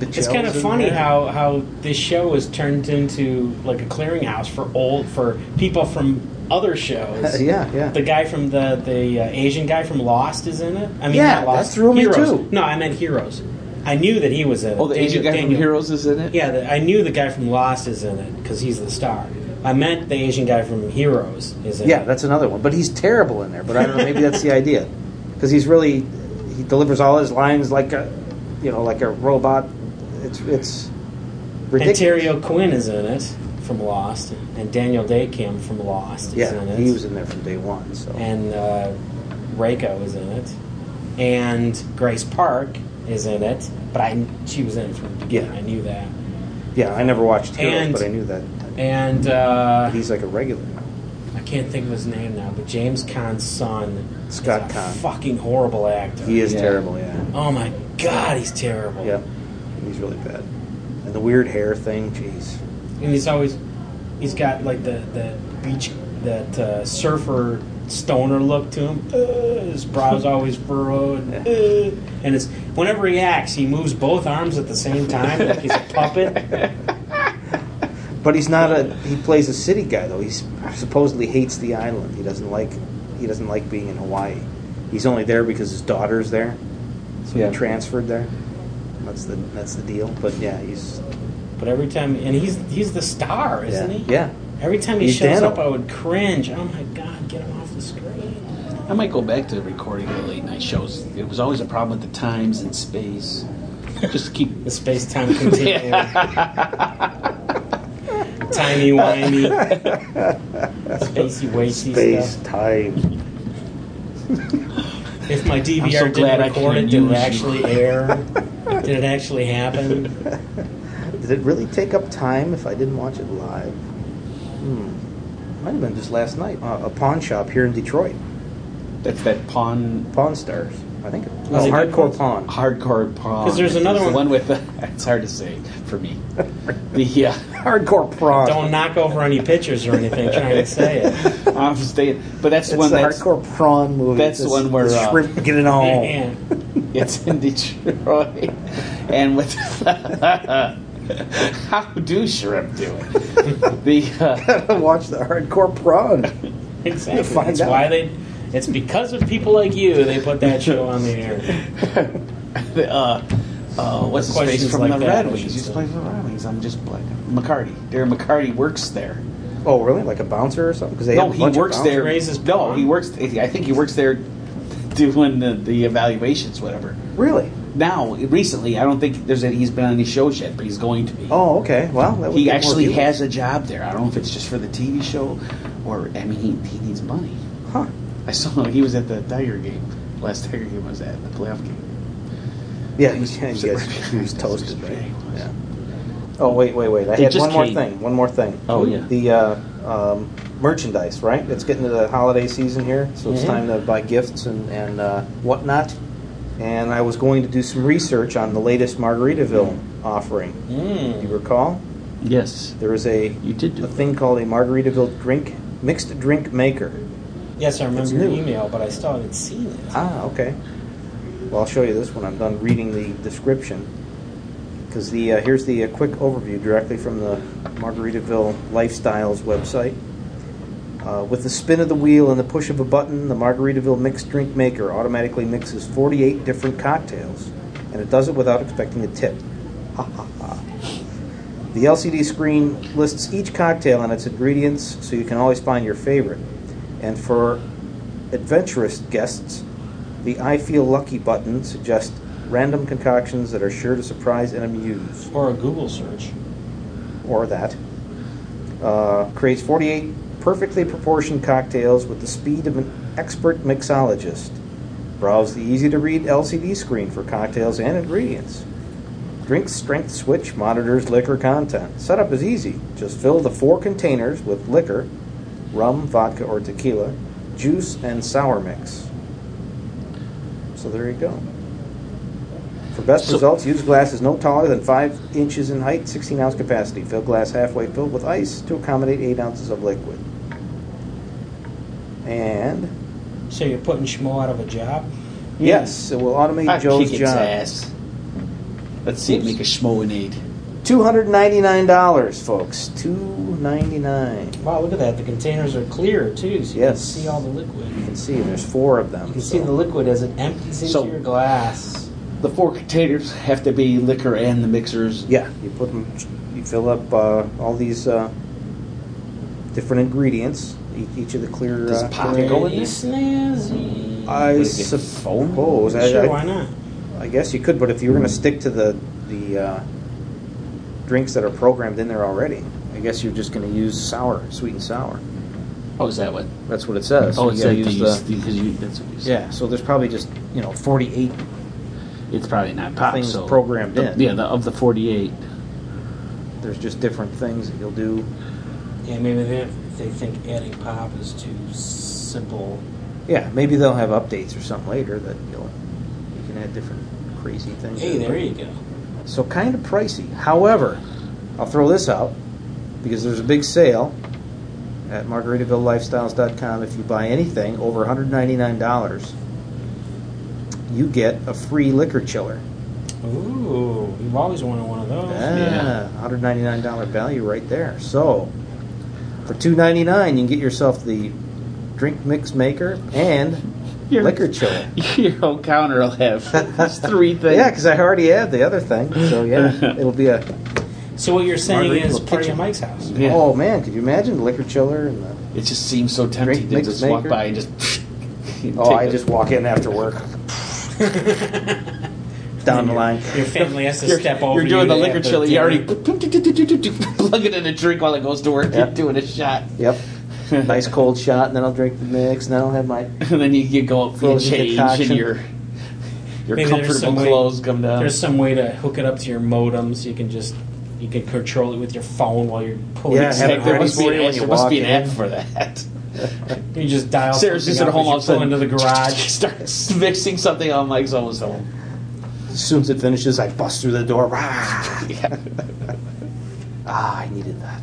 [SPEAKER 2] The
[SPEAKER 1] it's kind of
[SPEAKER 2] gels in
[SPEAKER 1] funny
[SPEAKER 2] there.
[SPEAKER 1] how, how this show is turned into like a clearinghouse for old for people from other shows.
[SPEAKER 2] yeah, yeah.
[SPEAKER 1] The guy from the the uh, Asian guy from Lost is in it. I mean,
[SPEAKER 2] Yeah,
[SPEAKER 1] not Lost.
[SPEAKER 2] that threw me,
[SPEAKER 1] Heroes.
[SPEAKER 2] too.
[SPEAKER 1] No, I meant Heroes. I knew that he was in it.
[SPEAKER 3] Oh, the Asian guy from
[SPEAKER 1] Daniel-
[SPEAKER 3] Heroes is in it.
[SPEAKER 1] Yeah, the, I knew the guy from Lost is in it because he's the star. I meant the Asian guy from Heroes is in it.
[SPEAKER 2] Yeah, that's another one. But he's terrible in there. But I don't know. Maybe that's the idea, because he's really he delivers all his lines like a you know like a robot. It's it's ridiculous.
[SPEAKER 1] And Terry O'Quinn is in it from Lost, and Daniel Day Kim from Lost is in
[SPEAKER 2] yeah,
[SPEAKER 1] it.
[SPEAKER 2] he was in there from day one. So
[SPEAKER 1] and uh, Reiko is in it, and Grace Park is in it. But I, she was in it from the beginning.
[SPEAKER 2] Yeah.
[SPEAKER 1] I knew that.
[SPEAKER 2] yeah, I never watched Heroes,
[SPEAKER 1] And-
[SPEAKER 2] but I knew that
[SPEAKER 1] And uh,
[SPEAKER 2] he's like a regular. now.
[SPEAKER 1] I can't think of his name now, but James Caan's son.
[SPEAKER 2] Scott
[SPEAKER 1] is a
[SPEAKER 2] Caan.
[SPEAKER 1] Fucking horrible actor.
[SPEAKER 2] He is
[SPEAKER 3] Yeah.
[SPEAKER 2] terrible, yeah.
[SPEAKER 1] Oh my god, he's terrible.
[SPEAKER 2] Yeah. He's really bad. And the weird hair thing, jeez.
[SPEAKER 1] And he's always, he's got like the, the beach, that uh, surfer stoner look to him. Uh, his brow's always furrowed. uh, and it's, whenever he acts, he moves both arms at the same time like he's a puppet.
[SPEAKER 2] But he's not a. He plays a city guy though. He supposedly hates the island. He doesn't like. He doesn't like being in Hawaii. He's only there because his daughter's there, so
[SPEAKER 3] Yeah.
[SPEAKER 2] he transferred there. That's the that's the deal. But yeah, he's
[SPEAKER 1] But every time, and he's he's the star, isn't
[SPEAKER 2] yeah,
[SPEAKER 1] he?
[SPEAKER 2] yeah.
[SPEAKER 1] Every time he
[SPEAKER 2] He's
[SPEAKER 1] shows
[SPEAKER 2] Dano.
[SPEAKER 1] up, I would cringe. Oh my god, get him off the screen.
[SPEAKER 3] I might go back to recording the late night shows. It was always a problem with the times and space. Just keep.
[SPEAKER 1] The space time continuum. Tiny whiny. Spacey wacy
[SPEAKER 2] Space
[SPEAKER 1] stuff.
[SPEAKER 2] time.
[SPEAKER 1] If my
[SPEAKER 3] I'm
[SPEAKER 1] DVR
[SPEAKER 3] so glad
[SPEAKER 1] didn't
[SPEAKER 3] I
[SPEAKER 1] record
[SPEAKER 3] can
[SPEAKER 1] it, did
[SPEAKER 3] use
[SPEAKER 1] it
[SPEAKER 3] you.
[SPEAKER 1] actually air? did it actually happen?
[SPEAKER 2] Did it really take up time if I didn't watch it live? Hmm. Might have been just last night. Uh, a pawn shop here in Detroit.
[SPEAKER 3] That's that pawn,
[SPEAKER 2] Pawn Stars. I think. It,
[SPEAKER 1] Was
[SPEAKER 2] oh,
[SPEAKER 1] it good
[SPEAKER 2] hardcore
[SPEAKER 1] ones?
[SPEAKER 2] pawn.
[SPEAKER 3] hardcore pawn.
[SPEAKER 1] 'Cause there's another
[SPEAKER 3] It's the
[SPEAKER 1] one-
[SPEAKER 3] one with. The, it's hard to say for me. The uh,
[SPEAKER 2] Hardcore prawn.
[SPEAKER 1] Don't knock over any pictures or anything trying to say it.
[SPEAKER 3] I'm staying, but that's the
[SPEAKER 2] It's
[SPEAKER 3] one
[SPEAKER 2] the
[SPEAKER 3] that's
[SPEAKER 2] hardcore prawn movie.
[SPEAKER 3] that's the
[SPEAKER 2] This-
[SPEAKER 3] one where,
[SPEAKER 2] this
[SPEAKER 3] uh,
[SPEAKER 2] shrimp get it all.
[SPEAKER 1] Man,
[SPEAKER 3] It's in Detroit. And with how do shrimp do it? The uh,
[SPEAKER 2] Watch the hardcore prawn.
[SPEAKER 1] exactly.
[SPEAKER 2] find
[SPEAKER 1] That's
[SPEAKER 2] out.
[SPEAKER 1] why they. It's because of people like you they put that show on the air.
[SPEAKER 3] uh, the uh, uh, what's his
[SPEAKER 1] Questions
[SPEAKER 3] face from
[SPEAKER 1] like
[SPEAKER 3] the
[SPEAKER 1] that, I
[SPEAKER 3] Red
[SPEAKER 1] should
[SPEAKER 3] Wings? He used
[SPEAKER 1] say.
[SPEAKER 3] to play for the Red Wings. I'm just like McCarty. Darren McCarty works there.
[SPEAKER 2] Oh, really? Like a bouncer or something? Because they
[SPEAKER 3] no,
[SPEAKER 2] have a
[SPEAKER 3] he
[SPEAKER 2] bunch of
[SPEAKER 3] works
[SPEAKER 2] bouncers.
[SPEAKER 3] there.
[SPEAKER 1] Raises
[SPEAKER 3] no,
[SPEAKER 1] pond.
[SPEAKER 3] he works. I think he works there doing the, the evaluations, whatever.
[SPEAKER 2] Really?
[SPEAKER 3] Now, recently, I don't think there's any. He's been on any shows yet, but he's going to be.
[SPEAKER 2] Oh, okay. Well, that would
[SPEAKER 3] he
[SPEAKER 2] get more
[SPEAKER 3] actually
[SPEAKER 2] viewers.
[SPEAKER 3] has a job there. I don't know if it's just for the TV show or I mean he, he needs money.
[SPEAKER 2] Huh.
[SPEAKER 3] I saw him. He was at the Tiger game. Last Tiger game I was at the playoff game.
[SPEAKER 2] Yeah,
[SPEAKER 3] He
[SPEAKER 2] he,
[SPEAKER 3] was-
[SPEAKER 2] he,
[SPEAKER 3] was-
[SPEAKER 2] gets- he was toasted, right?
[SPEAKER 3] Yeah.
[SPEAKER 2] Yeah. Oh, wait, wait, wait. I
[SPEAKER 3] They
[SPEAKER 2] had
[SPEAKER 3] just
[SPEAKER 2] one more
[SPEAKER 3] came.
[SPEAKER 2] thing. One more thing.
[SPEAKER 3] Oh, yeah.
[SPEAKER 2] The uh, um, merchandise, right? It's getting to the holiday season here, so it's
[SPEAKER 3] Yeah.
[SPEAKER 2] time to buy gifts and, and uh, whatnot. And I was going to do some research on the latest Margaritaville offering.
[SPEAKER 1] Hmm.
[SPEAKER 2] You recall?
[SPEAKER 3] Yes,
[SPEAKER 2] There is a
[SPEAKER 3] you did do.
[SPEAKER 2] a thing called a Margaritaville drink mixed drink maker.
[SPEAKER 1] Yes, I
[SPEAKER 2] It's
[SPEAKER 1] remember your
[SPEAKER 2] new.
[SPEAKER 1] email, but I still haven't seen it.
[SPEAKER 2] Ah, okay. Well, I'll show you this when I'm done reading the description. Because the uh, here's the uh, quick overview directly from the Margaritaville Lifestyles website. Uh, with the spin of the wheel and the push of a button, the Margaritaville mixed drink maker automatically mixes 48 different cocktails, and it does it without expecting a tip. Ha ha ha. The LCD screen lists each cocktail and its ingredients, so you can always find your favorite. And for adventurous guests, the I Feel Lucky button suggests random concoctions that are sure to surprise and amuse,
[SPEAKER 1] Or a Google search.
[SPEAKER 2] or that. Uh, creates 48 perfectly proportioned cocktails with the speed of an expert mixologist. Browse the easy to read LCD screen for cocktails and ingredients. Drink strength switch monitors liquor content. Setup is easy. Just fill the four containers with liquor, rum, vodka, or tequila, juice, and sour mix. So there you go. For best
[SPEAKER 3] So-
[SPEAKER 2] results, use glasses no taller than 5 inches in height, 16 ounce capacity. Fill glass halfway filled with ice to accommodate 8 ounces of liquid. And
[SPEAKER 1] So you're putting Schmo out of a job?
[SPEAKER 2] yes, it will automate
[SPEAKER 3] I
[SPEAKER 2] Joe's
[SPEAKER 3] kick its
[SPEAKER 2] job.
[SPEAKER 3] ass. Let's see it make a schmoinade.
[SPEAKER 2] Two hundred ninety nine dollars, folks. Two ninety nine.
[SPEAKER 1] Wow, look at that. The containers are clear, too, so you
[SPEAKER 2] Yes.
[SPEAKER 1] can see all the liquid.
[SPEAKER 2] You can see there's four of
[SPEAKER 1] You
[SPEAKER 2] them.
[SPEAKER 1] can see the liquid as it empties into
[SPEAKER 3] So-
[SPEAKER 1] your glass.
[SPEAKER 3] The four containers have to be liquor and the mixers.
[SPEAKER 2] Yeah, you put them. You fill up uh, all these uh, different ingredients. Each, each of the clear.
[SPEAKER 3] Does
[SPEAKER 2] uh,
[SPEAKER 3] pop go in
[SPEAKER 1] Pretty
[SPEAKER 3] this?
[SPEAKER 1] snazzy.
[SPEAKER 2] I
[SPEAKER 3] Would it get
[SPEAKER 2] suppose. I,
[SPEAKER 1] sure,
[SPEAKER 2] I-
[SPEAKER 1] why not?
[SPEAKER 2] I guess you could, but if you were going to stick to the the uh, drinks that are programmed in there already, I guess you're just going to use sour, sweet and sour.
[SPEAKER 3] Oh, is that what?
[SPEAKER 2] That's what it says.
[SPEAKER 3] Oh,
[SPEAKER 2] You
[SPEAKER 3] it's
[SPEAKER 2] gotta
[SPEAKER 3] like
[SPEAKER 2] use
[SPEAKER 3] these-
[SPEAKER 2] the-
[SPEAKER 3] because you, that's what you said.
[SPEAKER 2] Yeah, so there's probably just you know 48
[SPEAKER 3] It's probably not pop.
[SPEAKER 2] Things
[SPEAKER 3] so
[SPEAKER 2] programmed
[SPEAKER 3] the-
[SPEAKER 2] in.
[SPEAKER 3] Yeah, the, of the forty-eight.
[SPEAKER 2] there's just different things that you'll do.
[SPEAKER 1] Yeah, maybe they they think adding pop is too simple.
[SPEAKER 2] Yeah, maybe they'll have updates or something later that you'll you can add different crazy things.
[SPEAKER 1] Hey, there you go.
[SPEAKER 2] So kind of pricey. However, I'll throw this out because there's a big sale at margaritavillelifestyles.com. If you buy anything over $199, you get a free liquor chiller. Ah,
[SPEAKER 1] Ooh, you've always wanted one of those.
[SPEAKER 2] Yeah, $199 value right there. So for $299, you can get yourself the drink mix maker and
[SPEAKER 3] You're-
[SPEAKER 2] liquor chiller.
[SPEAKER 3] Your whole counter will have these three things.
[SPEAKER 2] Yeah, because I already had the other thing. So yeah, it'll be a
[SPEAKER 1] So what you're saying
[SPEAKER 2] Margarita will
[SPEAKER 1] is party
[SPEAKER 2] pitch
[SPEAKER 1] at
[SPEAKER 2] it.
[SPEAKER 1] Mike's house.
[SPEAKER 3] Yeah.
[SPEAKER 2] Oh man, could you imagine the liquor chiller and the
[SPEAKER 3] It just seems so tempting
[SPEAKER 2] Drink
[SPEAKER 3] to
[SPEAKER 2] mix
[SPEAKER 3] just walk
[SPEAKER 2] maker?
[SPEAKER 3] by and just. and
[SPEAKER 2] Oh,
[SPEAKER 3] take
[SPEAKER 2] I
[SPEAKER 3] a-
[SPEAKER 2] just walk in after work. Down the line.
[SPEAKER 1] Your family has to
[SPEAKER 3] You're,
[SPEAKER 1] step over.
[SPEAKER 3] you're doing
[SPEAKER 1] you
[SPEAKER 3] the
[SPEAKER 1] to
[SPEAKER 3] liquor
[SPEAKER 1] have the
[SPEAKER 3] chili. You already
[SPEAKER 1] dinner.
[SPEAKER 3] plug it in a drink while it goes to work.
[SPEAKER 2] Yep.
[SPEAKER 3] You're doing a shot,
[SPEAKER 2] Yep. Nice cold shot, and then I'll drink the mix, and then I'll have my
[SPEAKER 3] and then you, you go up for a
[SPEAKER 2] Frozen
[SPEAKER 3] change, and
[SPEAKER 2] concoction.
[SPEAKER 3] your your
[SPEAKER 1] Maybe there's
[SPEAKER 3] comfortable
[SPEAKER 1] some way-
[SPEAKER 3] clothes come down.
[SPEAKER 1] There's some way to hook it up to your modem so you can just you can control it with your phone while you're pulling.
[SPEAKER 2] Yeah,
[SPEAKER 1] it
[SPEAKER 3] Heck,
[SPEAKER 2] have
[SPEAKER 1] separate.
[SPEAKER 3] there
[SPEAKER 2] Already
[SPEAKER 3] must be
[SPEAKER 2] seen
[SPEAKER 3] an,
[SPEAKER 2] it when
[SPEAKER 3] app-
[SPEAKER 2] you
[SPEAKER 3] there must
[SPEAKER 2] walk
[SPEAKER 3] be an app
[SPEAKER 2] in.
[SPEAKER 3] for that.
[SPEAKER 1] You just dial.
[SPEAKER 3] Sarah's just at
[SPEAKER 1] something up
[SPEAKER 3] home all of
[SPEAKER 1] as
[SPEAKER 3] a
[SPEAKER 1] you
[SPEAKER 3] sudden.
[SPEAKER 1] pull into the garage.
[SPEAKER 3] starts mixing something. Oh, Mike's almost home.
[SPEAKER 2] As soon as it finishes, I bust through the door. Ah,
[SPEAKER 3] Yeah.
[SPEAKER 2] ah I needed that.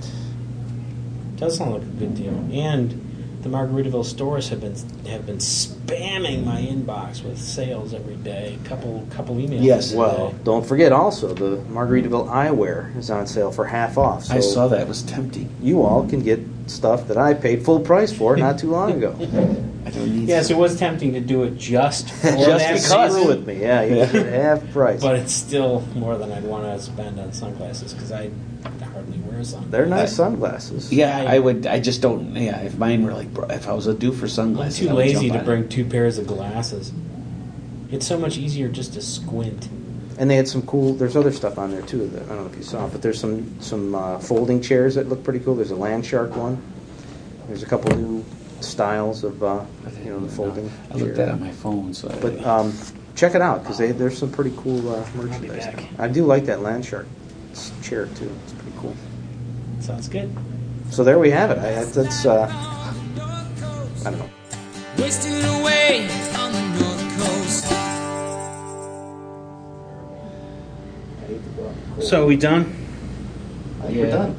[SPEAKER 1] Does sound like a good deal. And the Margaritaville stores have been have been spamming my inbox with sales every day. Couple couple emails.
[SPEAKER 2] Yes.
[SPEAKER 1] every
[SPEAKER 2] Well,
[SPEAKER 1] day.
[SPEAKER 2] don't forget also the Margaritaville eyewear is on sale for half off. So
[SPEAKER 3] I saw that. It was tempting.
[SPEAKER 2] You all can get stuff that I paid full price for not too long ago.
[SPEAKER 3] I don't need
[SPEAKER 1] Yes, it was tempting to do it just for
[SPEAKER 2] Just
[SPEAKER 1] that
[SPEAKER 2] because.
[SPEAKER 1] reason,
[SPEAKER 2] with me. Yeah, you
[SPEAKER 3] Yeah.
[SPEAKER 2] get it half price.
[SPEAKER 1] but it's still more than I'd want to spend on sunglasses because I hardly wear sunglasses.
[SPEAKER 2] They're nice
[SPEAKER 3] I-
[SPEAKER 2] sunglasses.
[SPEAKER 3] Yeah, I would. I just don't. Yeah, if mine were like, bro- if I was a due for
[SPEAKER 1] I'm
[SPEAKER 3] sunglasses,
[SPEAKER 1] too
[SPEAKER 3] I would
[SPEAKER 1] lazy
[SPEAKER 3] jump
[SPEAKER 1] to
[SPEAKER 3] on
[SPEAKER 1] bring
[SPEAKER 3] It.
[SPEAKER 1] two pairs of glasses. It's so much easier just to squint.
[SPEAKER 2] And they had some cool. There's other stuff on there too. That, I don't know if you saw, but there's some some uh, folding chairs that look pretty cool. There's a land shark one. There's a couple new styles of uh, you know the folding.
[SPEAKER 3] I looked
[SPEAKER 2] chair.
[SPEAKER 3] that on my phone, so. I-
[SPEAKER 2] But um, check it out because they there's some pretty cool uh, merchandise.
[SPEAKER 1] back.
[SPEAKER 2] I do like that land shark s- chair too. It's pretty cool.
[SPEAKER 1] Sounds good.
[SPEAKER 2] So there we have it. I, that's uh, I don't know.
[SPEAKER 9] Wasted away on the North Coast.
[SPEAKER 1] So are we done?
[SPEAKER 3] I think we're done.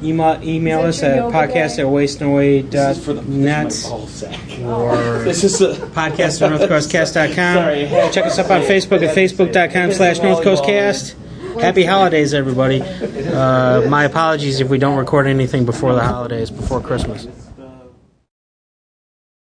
[SPEAKER 1] Email, email
[SPEAKER 4] Is
[SPEAKER 1] us
[SPEAKER 4] that
[SPEAKER 1] at
[SPEAKER 4] your yoga
[SPEAKER 1] podcast
[SPEAKER 4] day?
[SPEAKER 1] at
[SPEAKER 3] This is for the
[SPEAKER 1] wasteandaway.net
[SPEAKER 3] this is my ball sack.
[SPEAKER 1] or
[SPEAKER 3] This is a
[SPEAKER 1] podcast at
[SPEAKER 3] Sorry.
[SPEAKER 1] northcoastcast.com. Check us up on Facebook at facebook.com slash northcoastcast. Happy holidays, everybody. Uh, my apologies if we don't record anything before the holidays, before Christmas.